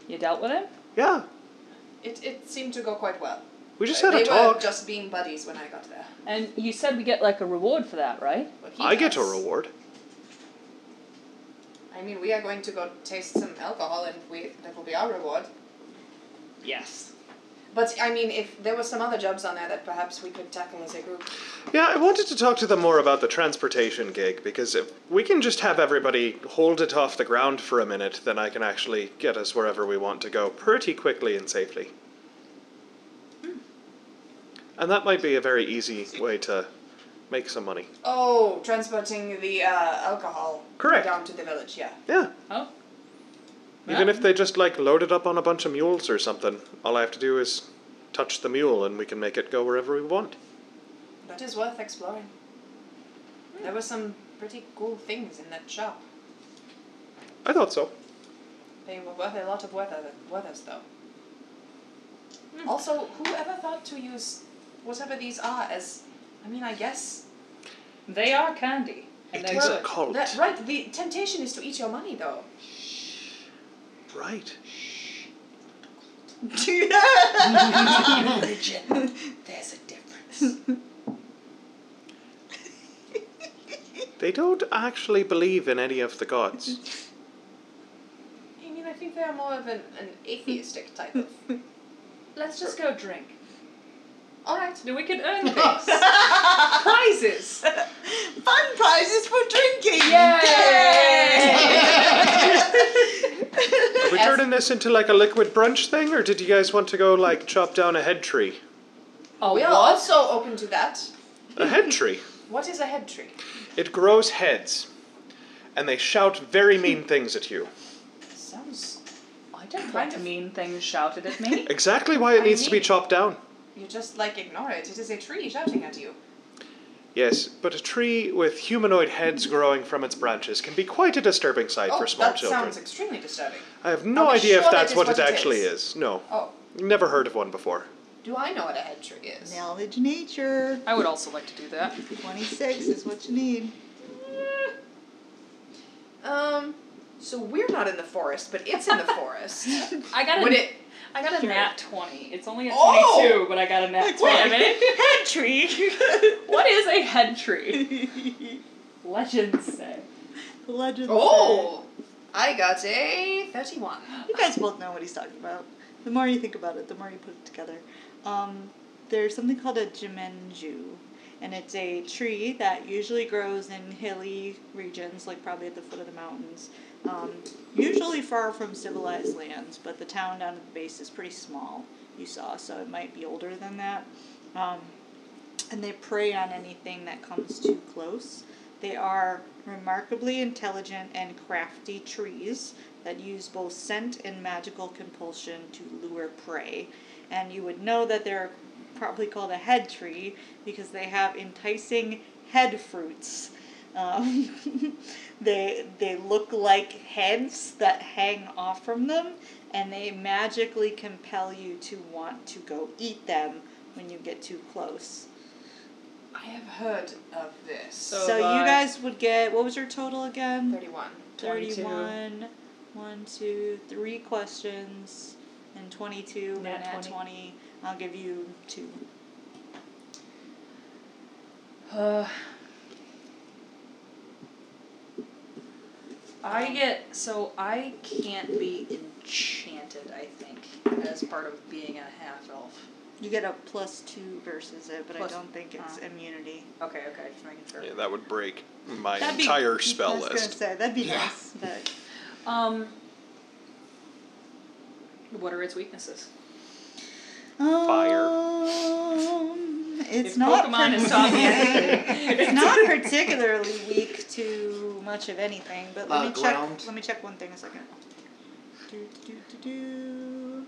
Speaker 6: You dealt with him?
Speaker 3: Yeah,
Speaker 4: It, it seemed to go quite well.
Speaker 3: we just
Speaker 4: they
Speaker 3: had a
Speaker 4: were
Speaker 3: talk.
Speaker 4: just being buddies when I got there.
Speaker 6: And you said we get like a reward for that, right?
Speaker 4: But he
Speaker 3: I get a
Speaker 4: does.
Speaker 3: reward.
Speaker 4: I mean, we are going to go taste some alcohol, and we that will be our reward.
Speaker 6: Yes.
Speaker 4: But I mean, if there were some other jobs on there that perhaps we could tackle as a group.
Speaker 3: Yeah, I wanted to talk to them more about the transportation gig because if we can just have everybody hold it off the ground for a minute, then I can actually get us wherever we want to go pretty quickly and safely.
Speaker 6: Hmm.
Speaker 3: And that might be a very easy way to make some money.
Speaker 4: Oh, transporting the uh, alcohol
Speaker 3: Correct.
Speaker 4: down to the village. Yeah.
Speaker 3: Yeah.
Speaker 6: Oh. hmm.
Speaker 3: Even if they just like load it up on a bunch of mules or something, all I have to do is touch the mule and we can make it go wherever we want.
Speaker 4: That is worth exploring.
Speaker 3: Hmm.
Speaker 4: There were some pretty cool things in that shop.
Speaker 3: I thought so.
Speaker 4: They were worth a lot of weather, weathers, though.
Speaker 3: Hmm.
Speaker 4: Also, whoever thought to use whatever these are as. I mean, I guess.
Speaker 6: They are candy. And
Speaker 3: It
Speaker 6: they're
Speaker 3: is a
Speaker 6: good.
Speaker 3: cult.
Speaker 4: That, right, the temptation is to eat your money, though.
Speaker 3: Right.
Speaker 4: Religion. There's a difference.
Speaker 3: Hmm. They don't actually believe in any of the gods.
Speaker 4: I mean, I think they are more of an, an atheistic type of.
Speaker 6: Let's just go drink.
Speaker 4: Alright.
Speaker 6: We can earn things. Prizes.
Speaker 2: fun prizes for drinking.
Speaker 3: Are we turning this into like a liquid brunch thing, or did you guys want to go like chop down a head tree?
Speaker 6: Oh,
Speaker 4: We are also open to that.
Speaker 3: A head tree.
Speaker 4: What is a head tree?
Speaker 3: It grows heads, and they shout very mean things at you.
Speaker 4: Sounds.
Speaker 6: I don't
Speaker 4: Kind
Speaker 6: want
Speaker 4: of.
Speaker 6: mean things shouted at me.
Speaker 3: Exactly why it needs to be chopped down.
Speaker 4: You just, like, ignore it. It is a tree shouting at you.
Speaker 3: Yes, but a tree with humanoid heads growing from its branches can be quite a disturbing sight
Speaker 4: oh,
Speaker 3: for small
Speaker 4: that
Speaker 3: children.
Speaker 4: sounds extremely disturbing.
Speaker 3: I have no
Speaker 4: Are we
Speaker 3: idea
Speaker 4: sure
Speaker 3: if that's
Speaker 4: that is
Speaker 3: what,
Speaker 4: what
Speaker 3: it
Speaker 4: it
Speaker 3: actually
Speaker 4: is?
Speaker 3: is. No.
Speaker 4: Oh,
Speaker 3: Never heard of one before.
Speaker 4: do I know what a head tree is?
Speaker 2: Knowledge nature.
Speaker 6: I would also like to do that.
Speaker 2: 26 is what you need.
Speaker 4: Um, so we're not in the forest, but it's in the forest.
Speaker 6: I got
Speaker 4: Would it?
Speaker 6: I got a nat twenty. It's only a
Speaker 4: Oh!
Speaker 6: twenty-two, but I got a nat twenty.
Speaker 2: Head tree.
Speaker 6: what is a head tree? Legends say.
Speaker 2: Legend.
Speaker 4: Oh, I got a thirty-one.
Speaker 2: said- You guys both know what he's talking about. The more you think about it, the more you put it together. Um, there's something called a jimenju, and it's a tree that usually grows in hilly regions, like probably at the foot of the mountains. Um, usually far from civilized lands, but the town down at the base is pretty small, you saw, so it might be older than that. Um, and they prey on anything that comes too close. They are remarkably intelligent and crafty trees that use both scent and magical compulsion to lure prey. And you would know that they're probably called a head tree because they have enticing head fruits. Um, they they look like heads that hang off from them, and they magically compel you to want to go eat them when you get too close.
Speaker 4: I have heard of this.
Speaker 6: So- uh,
Speaker 4: So
Speaker 2: So you
Speaker 6: by-
Speaker 2: guys would get what was your total again?
Speaker 4: thirty-one.
Speaker 6: 22.
Speaker 2: 31 one, two, three questions and 22 and
Speaker 6: Nat
Speaker 2: at 20.
Speaker 6: 20.
Speaker 2: I'll give you two.
Speaker 6: Uh, I get so I can't be enchanted. I think as part of being a half elf.
Speaker 2: You get a plus two versus it, but
Speaker 6: Plus-
Speaker 2: I don't think it's
Speaker 6: uh.
Speaker 2: immunity.
Speaker 6: Okay, okay, just making sure.
Speaker 7: Yeah, that would break my
Speaker 2: That'd be-
Speaker 7: entire spell
Speaker 2: I was gonna
Speaker 7: list.
Speaker 2: say that'd be
Speaker 5: Yeah.
Speaker 2: nice, but
Speaker 6: Um, what are its weaknesses?
Speaker 7: Fire.
Speaker 2: Um, it's
Speaker 6: If
Speaker 2: not
Speaker 6: Pokemon is
Speaker 2: partic-
Speaker 6: talking.
Speaker 2: it's not particularly weak to much of anything, but let
Speaker 5: Uh,
Speaker 2: me
Speaker 5: ground.
Speaker 2: check. Let me check one thing a second. Do, do, do, do.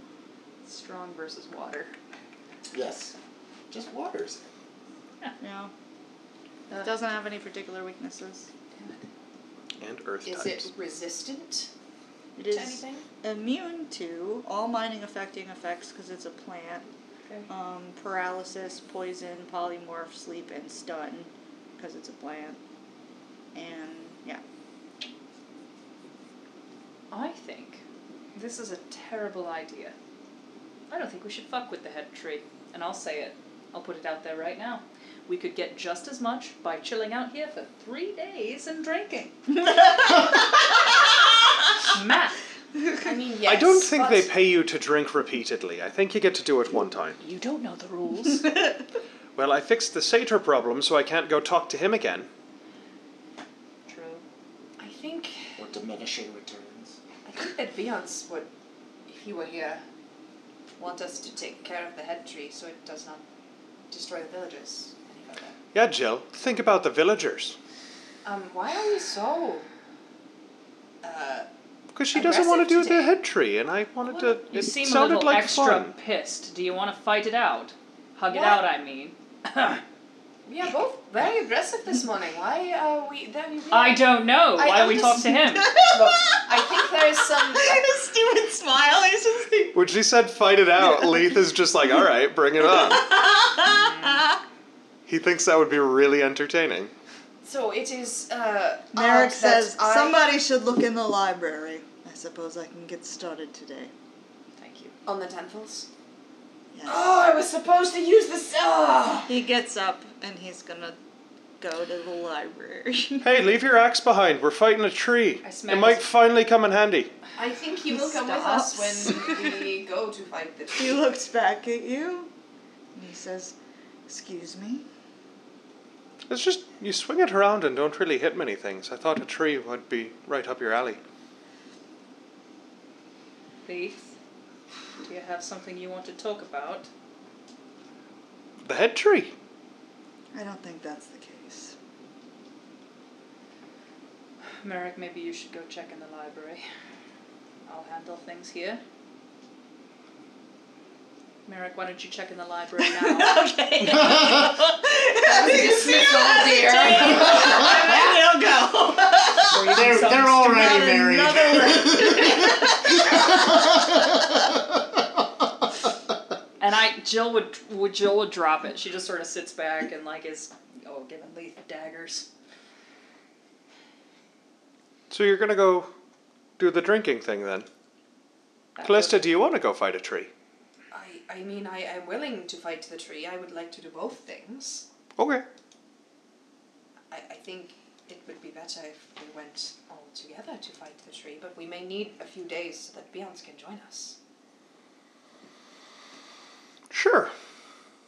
Speaker 6: Strong versus water.
Speaker 5: Yes. Just waters.
Speaker 2: No,
Speaker 6: Uh,
Speaker 2: doesn't have any particular weaknesses.
Speaker 7: And earth
Speaker 4: Is
Speaker 7: types.
Speaker 4: it resistant
Speaker 2: It
Speaker 4: to
Speaker 2: is
Speaker 4: anything?
Speaker 2: immune to all mining affecting effects because it's a plant.
Speaker 6: Okay.
Speaker 2: Um, paralysis, poison, polymorph, sleep, and stun because it's a plant. And yeah,
Speaker 6: I think this is a terrible idea. I don't think we should fuck with the head tree. And I'll say it. I'll put it out there right now. We could get just as much by chilling out here for three days and drinking. Math.
Speaker 4: I mean, yes.
Speaker 3: I don't think
Speaker 4: but
Speaker 3: they pay you to drink repeatedly. I think you get to do it one time.
Speaker 6: You don't know the rules.
Speaker 3: Well, I fixed the satyr problem, so I can't go talk to him again.
Speaker 6: True.
Speaker 4: I think
Speaker 5: Or diminishing returns.
Speaker 4: I think that Beyonce would, if he were here, want us to take care of the head tree so it does not destroy the villagers any further.
Speaker 3: Yeah, Jill, think about the villagers.
Speaker 4: Um, why are we so? Uh,
Speaker 3: Because she doesn't want to do
Speaker 4: Aggressive
Speaker 3: the
Speaker 4: today.
Speaker 3: head tree, and I wanted to.
Speaker 6: You
Speaker 3: it
Speaker 6: seem a
Speaker 3: sounded
Speaker 6: little
Speaker 3: like
Speaker 6: extra
Speaker 3: fun.
Speaker 6: pissed. Do you want to fight it out? Hug it
Speaker 4: What?
Speaker 6: out, I mean.
Speaker 4: we are both very aggressive this morning. Why are we? There we
Speaker 6: I don't know.
Speaker 4: I-
Speaker 6: Why
Speaker 4: I'm
Speaker 6: we
Speaker 4: just-
Speaker 6: talk to him?
Speaker 4: Look, I think there is some.
Speaker 2: a stupid smile. It's just like,
Speaker 7: When she said fight it out, Leith is just like, all right, bring it on. he thinks that would be really entertaining.
Speaker 4: So it is. Uh, odd
Speaker 2: Merrick
Speaker 5: Oh,
Speaker 4: that
Speaker 2: says
Speaker 4: I-
Speaker 2: somebody should look in the library. I suppose I can get started today.
Speaker 6: Thank you.
Speaker 4: on the tentacles.
Speaker 2: Yes.
Speaker 4: Oh, I was supposed to use this. Oh.
Speaker 2: He gets up and he's gonna go to the library.
Speaker 3: Hey, leave your axe behind. We're fighting a tree.
Speaker 6: I
Speaker 3: It
Speaker 6: smack
Speaker 3: might
Speaker 6: his-
Speaker 3: finally come in handy.
Speaker 4: I think he will come
Speaker 2: Stops.
Speaker 4: with us when we go to fight the
Speaker 2: he
Speaker 4: tree.
Speaker 2: looks back at you and he says, "Excuse me."
Speaker 3: It's just you swing it around and don't really hit many things. I thought a tree would be right up your alley.
Speaker 6: Faith, do you have something you want to talk about?
Speaker 3: The head tree.
Speaker 2: I don't think that's the case.
Speaker 6: Merrick, maybe you should go check in the library. I'll handle things here. Merrick, why don't you check in the library now?
Speaker 2: okay. Dismissal,
Speaker 4: dear.
Speaker 2: He'll go.
Speaker 6: Before you do
Speaker 5: They're,
Speaker 6: something
Speaker 5: they're already married.
Speaker 2: Another
Speaker 6: stu- And I, Jill would, would Jill would drop it. She just sort of sits back and like is, oh, giving Leith daggers.
Speaker 3: So you're gonna go do the drinking thing then.
Speaker 6: That
Speaker 3: Callista, do you want to go fight a tree?
Speaker 4: I, I mean, I am willing to fight the tree. I would like to do both things.
Speaker 3: Okay.
Speaker 4: I, I think it would be better if we went all together to fight the tree, but we may need a few days so that Beyonce can join us.
Speaker 3: Sure.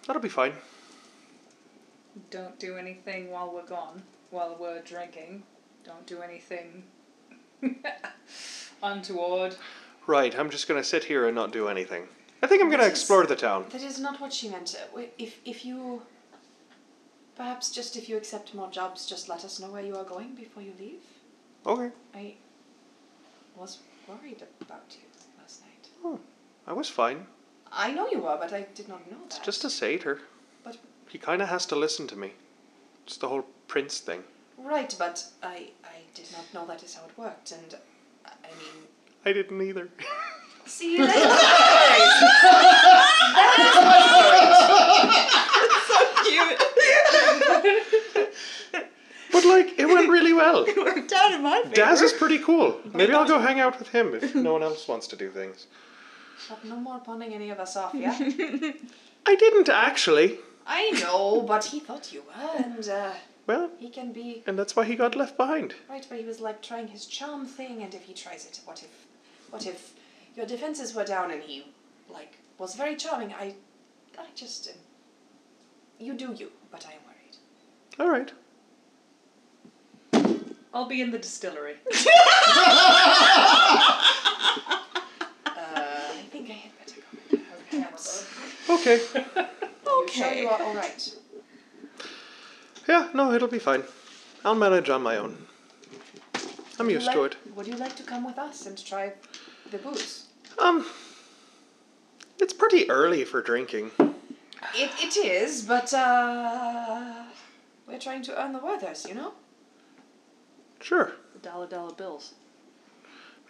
Speaker 3: That'll be fine.
Speaker 6: was- Don't do anything while we're gone. While we're drinking, don't do anything untoward.
Speaker 3: Right, I'm just gonna sit here and not do anything. I think I'm gonna
Speaker 4: This is-
Speaker 3: explore the town.
Speaker 4: That is not what she meant. Uh, wi- If, if you. Perhaps just if you accept more jobs, just let us know where you are going before you leave.
Speaker 3: Okay.
Speaker 4: I was worried about you last night.
Speaker 3: Oh, I was fine.
Speaker 4: I know you were, but I did not know
Speaker 3: It's
Speaker 4: that.
Speaker 3: just a satyr.
Speaker 4: But
Speaker 3: He kinda has to listen to me. It's the whole prince thing.
Speaker 4: Right, but I I did not know that is how it worked, and I I mean,
Speaker 3: I didn't either.
Speaker 4: see you later. guys.
Speaker 3: but like, it went really well.
Speaker 2: worked out in my favor.
Speaker 3: Daz is pretty cool. Maybe I'll go hang out with him if no one else wants to do things.
Speaker 4: But no more pawning any of us off, yeah?
Speaker 3: I didn't actually.
Speaker 4: I know, but he thought you were, and uh,
Speaker 3: Well,
Speaker 4: he can be
Speaker 3: and that's why he got left behind.
Speaker 4: Right, but he was like trying his charm thing, and if he tries it, what if, what if your defenses were down and he, like, was very charming? I, I just, um, you do you, but I am worried.
Speaker 3: All right.
Speaker 6: I'll be in the distillery.
Speaker 4: I think I had better go. Perhaps.
Speaker 3: Okay.
Speaker 4: Sure, you are all right.
Speaker 3: Yeah, no, it'll be fine. I'll manage on my own. I'm used to it.
Speaker 4: Would you like to come with us and try the booze?
Speaker 3: Um, it's pretty early for drinking.
Speaker 4: It it is, but uh, we're trying to earn the Werthers, you know.
Speaker 3: Sure.
Speaker 6: The dollar dollar bills.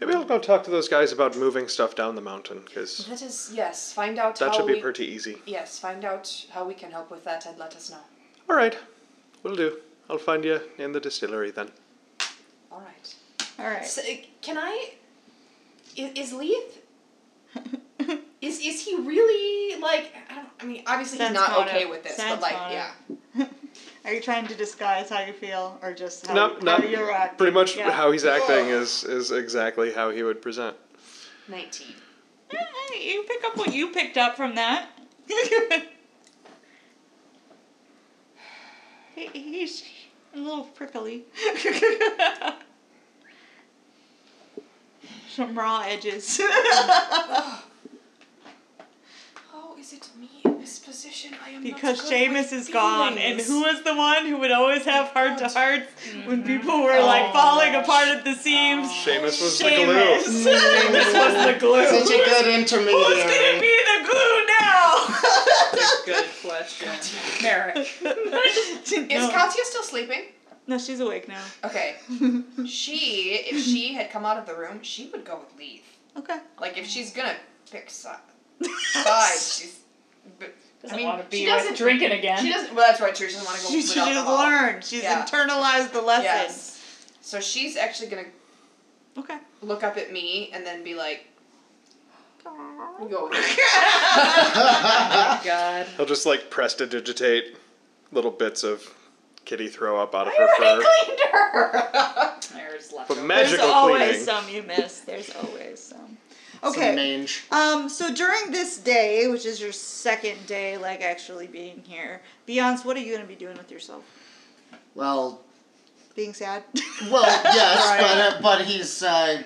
Speaker 3: Maybe I'll go talk to those guys about moving stuff down the mountain, because
Speaker 4: That is yes. Find out
Speaker 3: that
Speaker 4: how
Speaker 3: should be
Speaker 4: we.
Speaker 3: pretty easy.
Speaker 4: Yes, find out how we can help with that and let us know.
Speaker 3: All right. Will do. I'll find you in the distillery then.
Speaker 4: All right.
Speaker 2: All right.
Speaker 4: So, uh, can I? Is, is Leith? is is he really like? I, don't, I mean, obviously
Speaker 2: Sense
Speaker 4: he's not
Speaker 2: motive.
Speaker 4: okay with this,
Speaker 2: Sense
Speaker 4: but like,
Speaker 2: motive.
Speaker 4: yeah.
Speaker 2: Are you trying to disguise how you feel, or just how,
Speaker 3: No,
Speaker 2: how
Speaker 3: no.
Speaker 2: you're acting?
Speaker 3: Pretty much
Speaker 2: Yeah.
Speaker 3: how he's acting is is exactly how he would present.
Speaker 4: Nineteen.
Speaker 2: Eh, eh, You pick up what you picked up from that. He- He's a little prickly. Some raw edges.
Speaker 4: Oh, is it me in this position? I am
Speaker 2: because
Speaker 4: not good
Speaker 2: Seamus
Speaker 4: with
Speaker 2: is gone, and
Speaker 4: feelings.
Speaker 2: who was the one who would always have heart to hearts when people were like falling apart at the seams?
Speaker 3: Seamus was
Speaker 2: Oh. Seamus.
Speaker 3: the
Speaker 2: Seamus Mm, was the glue.
Speaker 5: Such a good
Speaker 2: Who's gonna
Speaker 5: intermediary.
Speaker 2: be the glue now?
Speaker 6: Good question. Merrick.
Speaker 4: Is Katya still sleeping?
Speaker 2: No, she's awake now.
Speaker 4: Okay. she, if she had come out of the room, she would go with Leith.
Speaker 2: Okay.
Speaker 4: Like, if she's gonna pick si- sides, she's. But,
Speaker 6: Doesn't
Speaker 4: I mean,
Speaker 6: want to
Speaker 4: she
Speaker 6: be
Speaker 4: doesn't.
Speaker 6: with drinking
Speaker 4: She
Speaker 6: again.
Speaker 4: doesn't. Well, that's right. She doesn't want to go.
Speaker 2: She
Speaker 4: with
Speaker 2: should have
Speaker 4: alcohol.
Speaker 2: learned. She's
Speaker 4: Yeah.
Speaker 2: internalized the lesson.
Speaker 4: Yes. So she's actually gonna
Speaker 2: Okay.
Speaker 4: look up at me and then be like, "Go."
Speaker 6: God.
Speaker 3: He'll just like prestidigitate little bits of kitty throw up out of her fur.
Speaker 6: There's left.
Speaker 3: But
Speaker 6: over.
Speaker 2: There's
Speaker 3: magical
Speaker 2: always
Speaker 3: cleaning.
Speaker 2: some you miss. There's always some.
Speaker 5: Some
Speaker 2: Okay.
Speaker 5: mange.
Speaker 2: Um, so during this day, which is your second day, like actually being here, Beyonce, what are you gonna be doing with yourself?
Speaker 5: Well,
Speaker 2: Being sad?
Speaker 5: well, yes, but uh, but he's uh,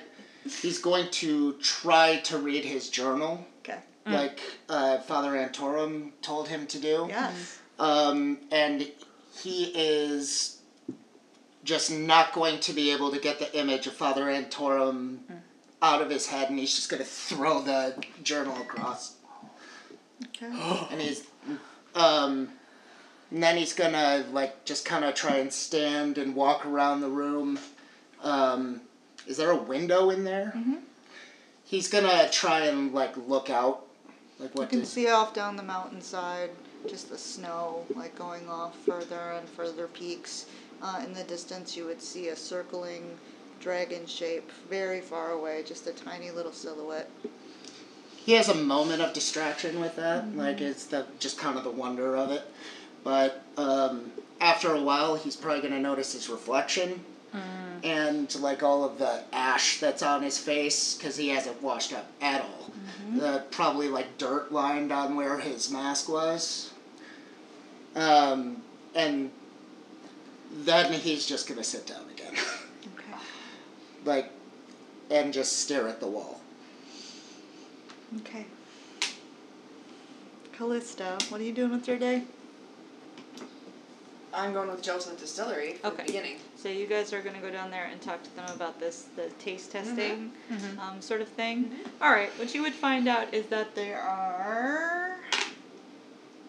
Speaker 5: he's going to try to read his journal,
Speaker 2: okay.
Speaker 5: like uh, Father Antorum told him to do.
Speaker 3: Mm-hmm.
Speaker 2: Yes.
Speaker 5: Um, and he is just not going to be able to get the image of Father Antorum
Speaker 2: Mm.
Speaker 5: out of his head, and he's just going to throw the journal across.
Speaker 2: Okay.
Speaker 5: And he's, um, and then he's going to, like, just kind of try and stand and walk around the room. Um, is there a window in there?
Speaker 2: Mm-hmm.
Speaker 5: He's going to try and, like, look out. Like, what
Speaker 2: You can
Speaker 5: does
Speaker 2: see off down the mountainside, just the snow like going off further and further peaks. Uh, in the distance, you would see a circling dragon shape, very far away, just a tiny little silhouette.
Speaker 5: he has a moment of distraction with that. Like it's the just kind of the wonder of it. But um, after a while, he's probably gonna notice his reflection and like all of the ash that's on his face because he hasn't washed up at all. The probably like dirt lined on where his mask was. Um, and then he's just gonna sit down again,
Speaker 2: Okay.
Speaker 5: like, and just stare at the wall.
Speaker 2: Okay. Callisto, what are you doing with your day?
Speaker 4: I'm going with Joe to the distillery. From
Speaker 2: Okay.
Speaker 4: The beginning.
Speaker 2: So you guys are gonna go down there and talk to them about this, the taste testing, um, sort of thing. All right. What you would find out is that there are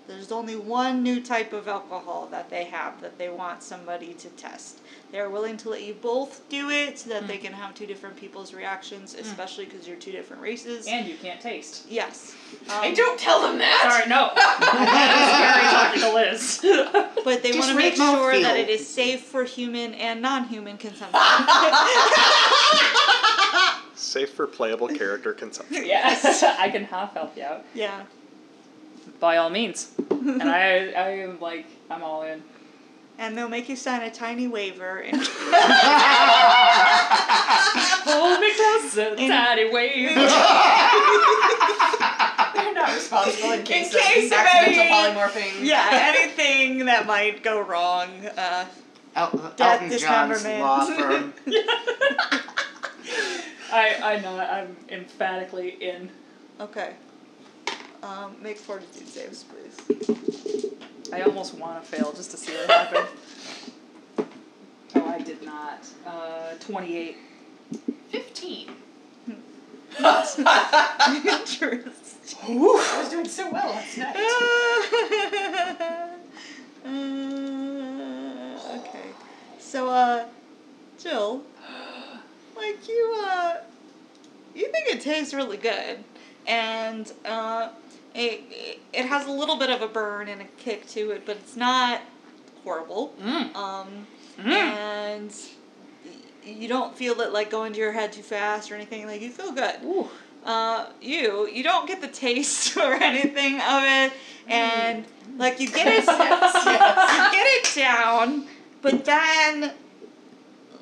Speaker 2: there's only one new type of alcohol that they have that they want somebody to test. They're willing to let you both do it so that they can have two different people's reactions, especially because you're two different races.
Speaker 6: And you can't taste.
Speaker 2: yes.
Speaker 4: I
Speaker 2: Um,
Speaker 4: don't tell them that.
Speaker 6: Sorry, no. That was scary talking to Liz.
Speaker 2: but they want to make
Speaker 5: read my
Speaker 2: sure that
Speaker 5: field.
Speaker 2: it is safe for human and non-human consumption.
Speaker 7: Safe for playable character consumption.
Speaker 6: Yes, I can half help you out.
Speaker 2: Yeah.
Speaker 6: By all means. And I, I am like, I'm all in.
Speaker 2: And they'll make you sign a tiny waiver in,
Speaker 6: Hold me closer, tiny wave.
Speaker 4: They're not responsible in case,
Speaker 2: In
Speaker 4: of
Speaker 2: case of
Speaker 4: accidental
Speaker 2: any-
Speaker 4: polymorphing.
Speaker 2: yeah, anything that might go wrong. Uh,
Speaker 5: El-
Speaker 2: Death
Speaker 5: Elton John's
Speaker 2: dismemberment.
Speaker 5: law firm.
Speaker 6: I, I'm not, I'm emphatically in.
Speaker 2: okay. Um, make fortitude saves, please.
Speaker 6: I almost want to fail just to see what happens. oh, I did not. Uh, 28.
Speaker 4: 15.
Speaker 2: Interest.
Speaker 4: I was doing so well last night.
Speaker 2: Uh, okay. So, uh, Jill, like you, uh, you think it tastes really good, and uh, it it- it has a little bit of a burn and a kick to it, but it's not horrible.
Speaker 4: Mm.
Speaker 2: Um, and y- you don't feel it like going to your head too fast or anything. Like you feel good
Speaker 6: Ooh.
Speaker 2: uh, you you don't get the taste or anything of it, and like you get it, you get it down, but then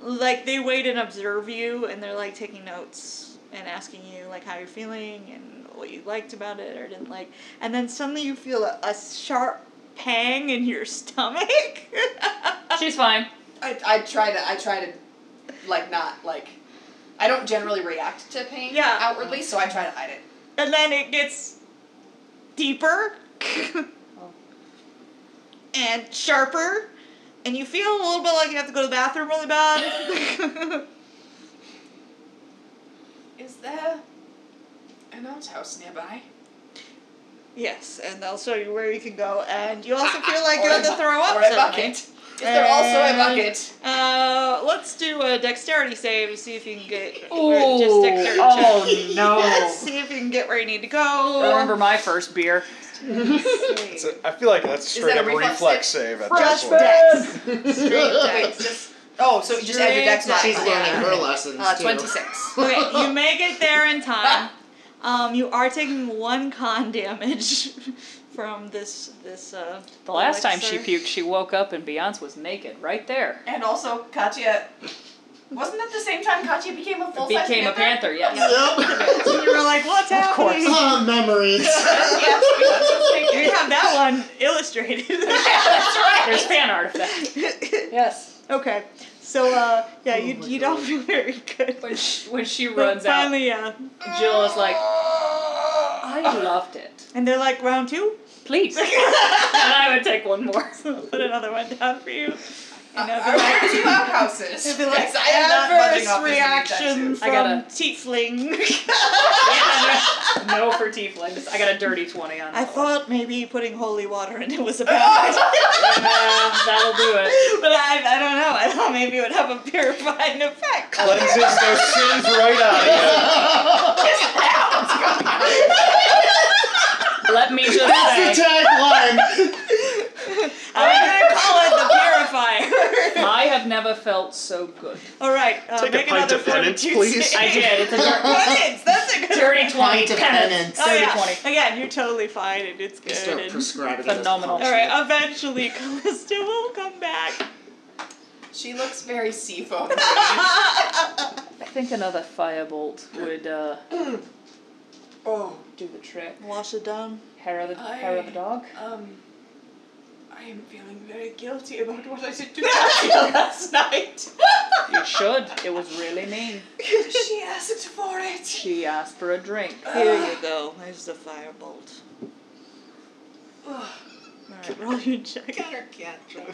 Speaker 2: like they wait and observe you, and they're like taking notes and asking you like how you're feeling and what you liked about it or didn't like, and then suddenly you feel a, a sharp pang in your stomach.
Speaker 6: She's fine.
Speaker 4: I, I try to I try to like not like I don't generally react to pain
Speaker 2: Yeah.
Speaker 4: outwardly, so I try to hide it.
Speaker 2: and then it gets deeper and sharper, and you feel a little bit like you have to go to the bathroom really bad.
Speaker 4: Is there an outhouse nearby?
Speaker 2: yes, and they'll show you where you can go, and you also feel like you
Speaker 4: Or a
Speaker 2: have to
Speaker 4: bu-
Speaker 2: throw up.
Speaker 4: Or a
Speaker 2: suddenly.
Speaker 4: bucket. Is there also a
Speaker 2: And-
Speaker 4: bucket?
Speaker 2: Uh, let's do a dexterity save and see if you can get
Speaker 6: Ooh.
Speaker 2: just dexterity
Speaker 6: Oh,
Speaker 2: check.
Speaker 6: no.
Speaker 2: Let's see if you can get where you need to go.
Speaker 6: Remember my first beer.
Speaker 2: Let's see.
Speaker 7: So I feel like that's
Speaker 4: Is
Speaker 7: straight
Speaker 4: that
Speaker 7: up
Speaker 4: a reflex
Speaker 7: reflex,
Speaker 4: save?
Speaker 7: save at
Speaker 2: Fresh
Speaker 7: this point.
Speaker 2: dex.
Speaker 4: Wait, it's just oh, so you just add your dex
Speaker 2: Straight
Speaker 4: modifier.
Speaker 5: She's learning her
Speaker 4: Yeah.
Speaker 5: lessons
Speaker 4: Uh,
Speaker 5: too.
Speaker 4: Twenty six.
Speaker 2: Okay, you make it there in time. Um, you are taking one con damage from this this uh.
Speaker 6: The last time she
Speaker 2: elixir.
Speaker 6: puked, she woke up and Beyonce was naked right there.
Speaker 4: And also Katya. Wasn't that the same time Katya became a full
Speaker 6: Became a panther, yes.
Speaker 5: Yep.
Speaker 2: You were like, "What's happening?"
Speaker 5: Ah, memories.
Speaker 2: We have that one illustrated.
Speaker 6: There's fan art of that. Yes.
Speaker 2: okay, so uh, yeah, you
Speaker 5: my
Speaker 2: you don't
Speaker 5: God.
Speaker 2: feel very good.
Speaker 6: When she, when she
Speaker 2: But
Speaker 6: runs out,
Speaker 2: finally, yeah,
Speaker 6: Jill is like, I loved it.
Speaker 2: and they're like, "Round two?
Speaker 6: Please. and I would take one more.
Speaker 2: I'll put another one down for you." And they'll
Speaker 4: All
Speaker 2: be like,
Speaker 4: right, two outhouses.
Speaker 2: they'll be like,
Speaker 4: Yes, I am not budging
Speaker 2: adverse
Speaker 4: off this
Speaker 2: reaction
Speaker 4: initiative.
Speaker 2: from
Speaker 6: I gotta-
Speaker 2: tiefling.
Speaker 6: no for tieflings. I got a dirty 20 on that
Speaker 2: I
Speaker 6: one.
Speaker 2: thought maybe putting holy water in it was a bad idea.
Speaker 6: Yeah, Um, that'll do it.
Speaker 2: But I, I don't know. I thought maybe it would have a purifying effect.
Speaker 7: Cleanses those sins right out
Speaker 6: Let me just
Speaker 5: That's
Speaker 6: say,
Speaker 5: the tagline.
Speaker 2: I'm gonna call it the purifier.
Speaker 6: I have never felt so good.
Speaker 2: All right, uh,
Speaker 7: Take a
Speaker 2: make
Speaker 7: pint
Speaker 2: another
Speaker 7: of penance,
Speaker 2: 42
Speaker 7: please.
Speaker 2: save.
Speaker 6: I did. It's a dir-
Speaker 2: Penance, that's a good.
Speaker 6: dirty 20
Speaker 5: Pint of penance.
Speaker 6: penance.
Speaker 2: Oh
Speaker 6: Dirty
Speaker 2: yeah.
Speaker 6: 20.
Speaker 2: Again, you're totally fine, and it's good.
Speaker 5: They start
Speaker 2: and-
Speaker 5: prescribing
Speaker 6: Phenomenal.
Speaker 5: This
Speaker 2: all right, eventually Callista will come back.
Speaker 4: She looks very seafoam.
Speaker 6: I think another firebolt would uh,
Speaker 4: oh.
Speaker 6: do the trick.
Speaker 2: Wash it down.
Speaker 6: Hair of the,
Speaker 4: I-
Speaker 6: hair of the dog.
Speaker 4: Um, I am feeling very guilty about what I did to Katya last night.
Speaker 6: You should. It was really mean.
Speaker 4: she asked for it.
Speaker 6: She asked for a drink.
Speaker 2: Here you go. There's the firebolt. All right, roll your check.
Speaker 4: Got her cat drunk.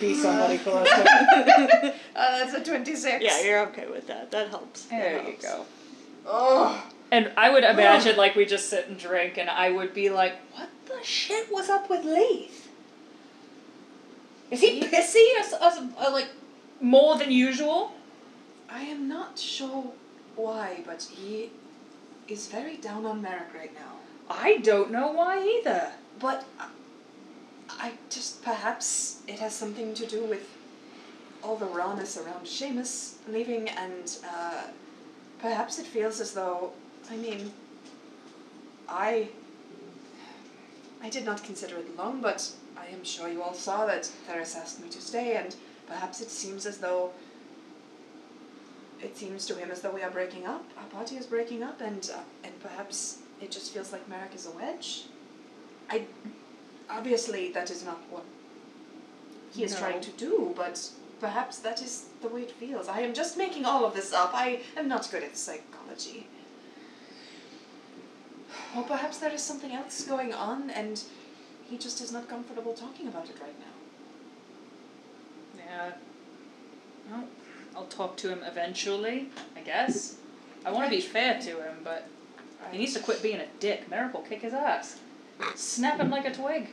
Speaker 6: Be somebody close.
Speaker 4: Uh, that's a 26.
Speaker 2: Yeah, you're okay with that. That helps. That
Speaker 6: There you
Speaker 2: helps.
Speaker 6: go.
Speaker 4: Oh.
Speaker 6: And I would imagine like we just sit and drink, and I would be like, "What the shit was up with Leith? Is he pissy as, as, uh, like more than usual?"
Speaker 4: I am not sure why, but he is very down on Merrick right now.
Speaker 6: I don't know why either.
Speaker 4: But I, I just perhaps it has something to do with all the rawness around Seamus leaving, and uh, perhaps it feels as though, I mean, I. I did not consider it long, but I am sure you all saw that Theris asked me to stay, and perhaps it seems as though. It seems to him as though we are breaking up. Our party is breaking up, and uh, and perhaps it just feels like Merrick is a wedge. I obviously that is not what he is trying to do, but perhaps that is the way it feels. I am just making all of this up. I am not good at psychology. Or perhaps there is something else going on and he just is not comfortable talking about it right now.
Speaker 6: Yeah. Well, I'll talk to him eventually, I guess. I want to be fair to him, but he needs to quit being a dick. Merrick will kick his ass. Snap him like a twig.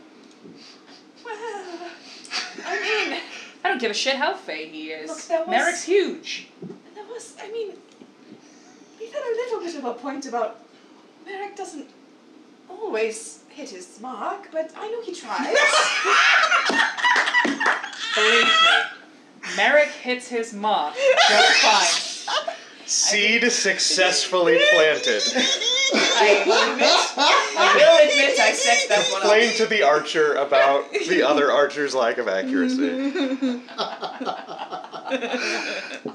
Speaker 4: Well, I mean,
Speaker 6: I don't give a shit how fey he is.
Speaker 4: Look, that was-
Speaker 6: Merrick's huge.
Speaker 4: there was, I mean, we've had a little bit of a point about Merrick doesn't always hit his mark, but I know he tries.
Speaker 6: Believe me. Merrick hits his mark just fine.
Speaker 7: Seed successfully planted.
Speaker 4: I will admit, I will admit I set that one up.
Speaker 7: Complain to the archer about the other archer's lack of
Speaker 2: Mm-hmm.
Speaker 7: accuracy.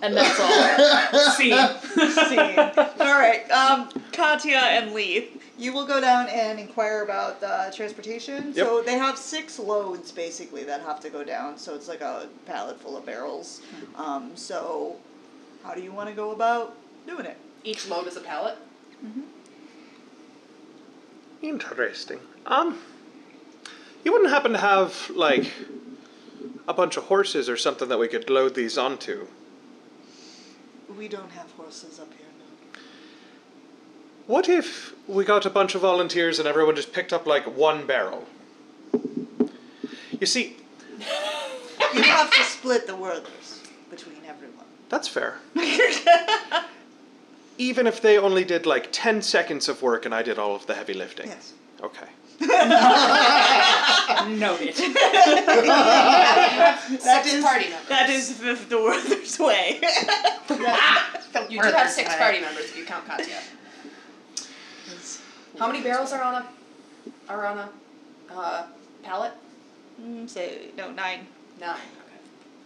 Speaker 6: And that's all. Scene.
Speaker 2: Scene. All right, um, Katya and Leith, you will go down and inquire about uh, transportation. So they have six loads basically that have to go down. So it's like a pallet full of barrels. Um, so how do you want to go about doing it?
Speaker 4: Each load is a pallet.
Speaker 3: Interesting. Um, you wouldn't happen to have like a bunch of horses or something that we could load these onto?
Speaker 2: We don't have horses up here. No.
Speaker 3: What if we got a bunch of volunteers and everyone just picked up like one barrel? You see,
Speaker 2: You have to split the worthers between everyone.
Speaker 3: that's fair. Even if they only did like 10 seconds of work and I did all of the heavy lifting.
Speaker 2: Yes.
Speaker 3: Okay.
Speaker 6: Noted.
Speaker 2: That
Speaker 4: six
Speaker 2: is-
Speaker 4: party members.
Speaker 2: That is the, the Werther's way.
Speaker 4: you do have six party members if you count Katya. How many barrels are on a are on a uh, pallet?
Speaker 2: Mm, Say, no, nine.
Speaker 4: Nine.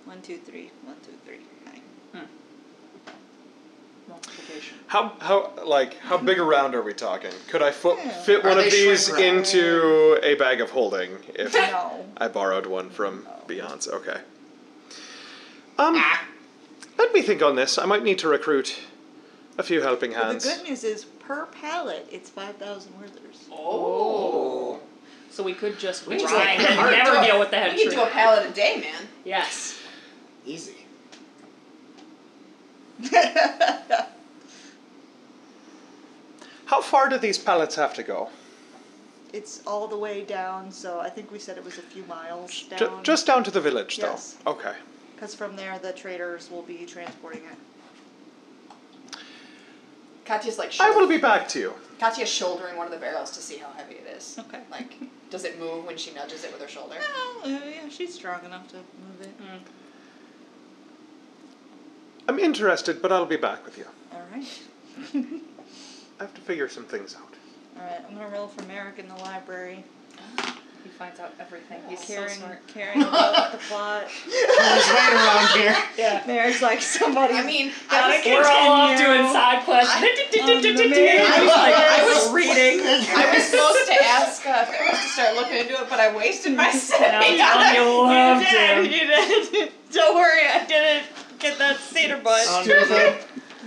Speaker 2: One, two, three. One, two, three. Nine.
Speaker 6: Multiplication.
Speaker 7: How how like how big around are we talking? Could I fo- fit
Speaker 4: Are
Speaker 7: one
Speaker 4: they
Speaker 7: of these
Speaker 4: shrink wrap?
Speaker 7: into a bag of holding if
Speaker 2: No.
Speaker 7: I borrowed one from Beyonce? Okay. Um,
Speaker 2: Ah.
Speaker 7: let me think on this. I might need to recruit a few helping
Speaker 2: Well, the
Speaker 7: hands.
Speaker 2: good news is, per pallet, it's 5,000 Werthers.
Speaker 4: Oh.
Speaker 6: So we could just
Speaker 4: We could do
Speaker 6: grind
Speaker 4: a-
Speaker 6: and never deal with the head
Speaker 4: We could do a
Speaker 6: tree.
Speaker 4: pallet a day, man.
Speaker 6: Yes.
Speaker 5: Easy.
Speaker 3: How far do these pallets have to go?
Speaker 2: It's all the way down, so I think we said it was a few miles down.
Speaker 3: Ju- just down to the village,
Speaker 2: Yes.
Speaker 3: though. Okay.
Speaker 2: Because from there, the traders will be transporting it.
Speaker 4: Katya's like
Speaker 3: I
Speaker 4: shoulder-
Speaker 3: will be back to you.
Speaker 4: Katya's shouldering one of the barrels to see how heavy it is.
Speaker 2: Okay.
Speaker 4: Like, does it move when she nudges it with her shoulder?
Speaker 2: Well, uh, yeah, she's strong enough to move it.
Speaker 3: I'm interested, but I'll be back with you.
Speaker 2: All right.
Speaker 3: I have to figure some things out.
Speaker 2: All right, I'm going to roll for Merrick in the library.
Speaker 6: He finds out everything. He's
Speaker 2: caring,
Speaker 6: so smart.
Speaker 2: caring about the plot.
Speaker 5: Who's right around here?
Speaker 2: Yeah, Merrick's like somebody.
Speaker 4: I mean,
Speaker 2: Gotta
Speaker 4: I was,
Speaker 2: get-
Speaker 6: We're all off
Speaker 2: Continue.
Speaker 6: doing side quests.
Speaker 2: man.
Speaker 6: I was like, I was reading.
Speaker 4: I was supposed to ask uh, if I was to start looking into it, but I wasted my
Speaker 6: And I'm
Speaker 4: sip.
Speaker 6: telling you, loved him.
Speaker 2: you did. Don't worry, I didn't get that cedar butt.
Speaker 3: Um,
Speaker 5: Stupid.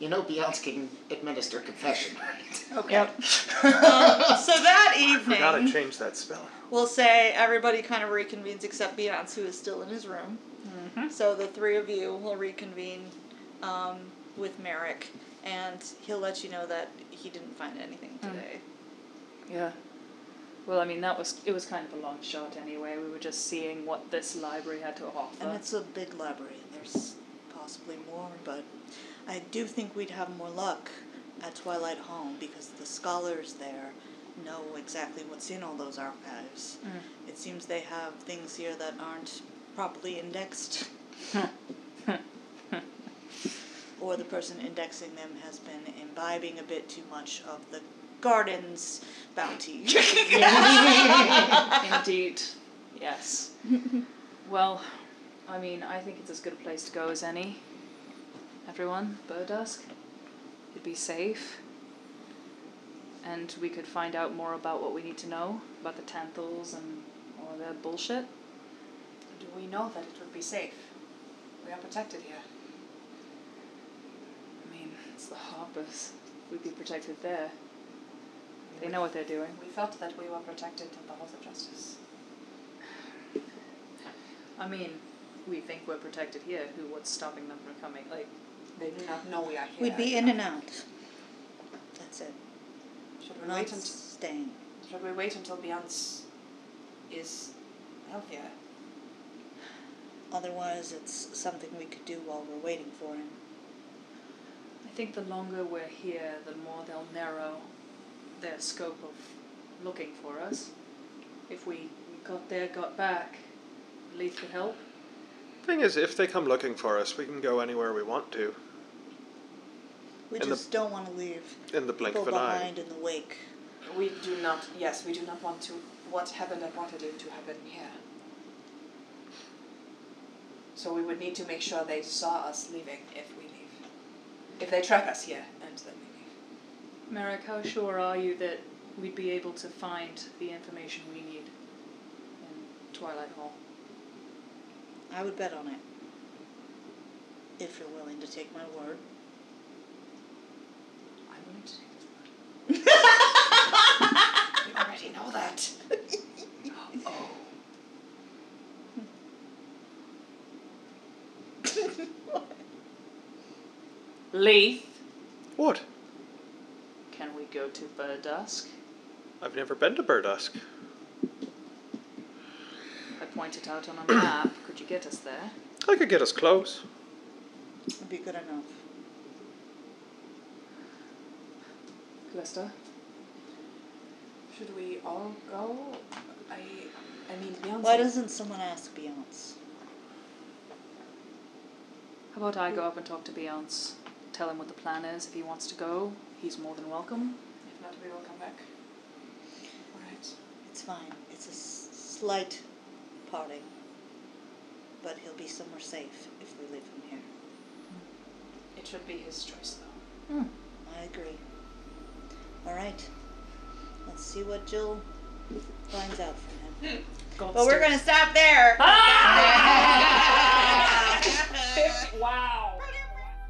Speaker 5: You know Beyonce can administer confession.
Speaker 2: Okay. um, so that evening,
Speaker 3: Forgot I changed that spell.
Speaker 2: we'll say everybody kind of reconvenes except Beyonce, who is still in his room. So the three of you will reconvene um, with Merrick, and he'll let you know that he didn't find anything today.
Speaker 6: Yeah. Well, I mean, that was it was kind of a long shot anyway. We were just seeing what this library had to offer.
Speaker 2: And it's a big library, and there's possibly more, but I do think we'd have more luck at Twilight Hall because the scholars there know exactly what's in all those archives. It seems they have things here that aren't properly indexed. or the person indexing them has been imbibing a bit too much of the garden's bounty.
Speaker 6: Indeed. Yes. well, I mean, I think it's as good a place to go as any. Everyone, Burdusk. It'd be safe. And we could find out more about what we need to know about the Tanthals and all of their bullshit.
Speaker 4: Do we know that it would be safe? We are protected here.
Speaker 6: I mean, it's the Harpers. We'd be protected there. They know what they're doing.
Speaker 4: We felt that we were protected at the Halls of Justice.
Speaker 6: I mean, we think we're protected here. Who? What's stopping them from coming? Like,
Speaker 4: They do not know we are here.
Speaker 2: We'd be in and out. That's it.
Speaker 4: Should
Speaker 2: We're
Speaker 4: we wait
Speaker 2: not
Speaker 4: until
Speaker 2: staying.
Speaker 4: Should we wait until Beyonce is healthier?
Speaker 2: Otherwise, it's something we could do while we're waiting for him.
Speaker 6: I think the longer we're here, the more they'll narrow their scope of looking for us. If we we got there, got back, Leith could help.
Speaker 7: Thing is, if they come looking for us, we can go anywhere we want to
Speaker 2: We
Speaker 7: And the-
Speaker 2: just don't want to leave
Speaker 7: in the blink
Speaker 2: people
Speaker 7: of an eye.
Speaker 2: behind in the wake.
Speaker 4: We do not. Yes, we do not want to. What happened at Waterloo to happen here. So we would need to make sure they saw us leaving if we leave. If they track us here and then we
Speaker 6: Merrick, how sure are you that we'd be able to find the information we need in Twilight Hall?
Speaker 2: I would bet on it. If you're willing to take my word.
Speaker 4: leave, I'm going to take this one. you already know that. oh,
Speaker 6: Leith,
Speaker 7: What?
Speaker 6: can we go to Burdusk?
Speaker 7: I've never been to Burdusk.
Speaker 6: I pointed out on a map. Could you get us there?
Speaker 7: I could get us close.
Speaker 2: It'd be good enough.
Speaker 6: Glista?
Speaker 4: should we all go? I, I mean, Beyonce.
Speaker 2: Why doesn't someone ask Beyonce?
Speaker 6: How about I go up and talk to Beyonce? Tell him what the plan is. If he wants to go, he's more than welcome.
Speaker 4: If not, we will come back. All right.
Speaker 2: It's fine. It's a s- slight parting. But he'll be somewhere safe if we leave him here.
Speaker 4: It should be his choice, though.
Speaker 2: I agree. All right. Let's see what Jill finds out from him. but we're going to stop there.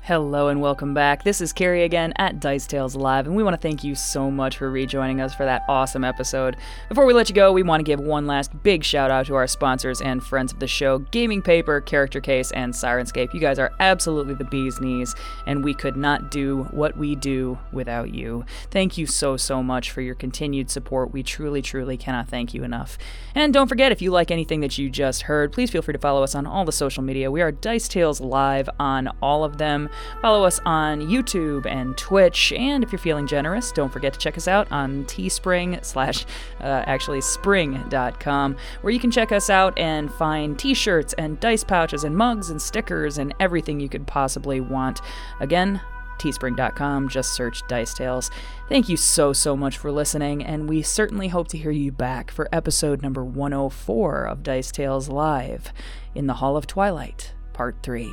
Speaker 1: Hello and welcome back. This is Carrie again at Dice Tales Live, and we want to thank you so much for rejoining us for that awesome episode. Before we let you go, we want to give one last big shout out to our sponsors and friends of the show Gaming Paper, Character Case, and Sirenscape. You guys are absolutely the bee's knees, and we could not do what we do without you. Thank you so, so much for your continued support. We truly, truly cannot thank you enough. And don't forget, if you like anything that you just heard, please feel free to follow us on all the social media. We are Dice Tales Live on all of them. Follow us on YouTube and Twitch. And if you're feeling generous, don't forget to check us out on Teespring slash uh, actually spring.com, where you can check us out and find t shirts and dice pouches and mugs and stickers and everything you could possibly want. Again, teespring.com. Just search Dice Tales. Thank you so, so much for listening, and we certainly hope to hear you back for episode number 104 of Dice Tales Live in the Hall of Twilight, Part 3.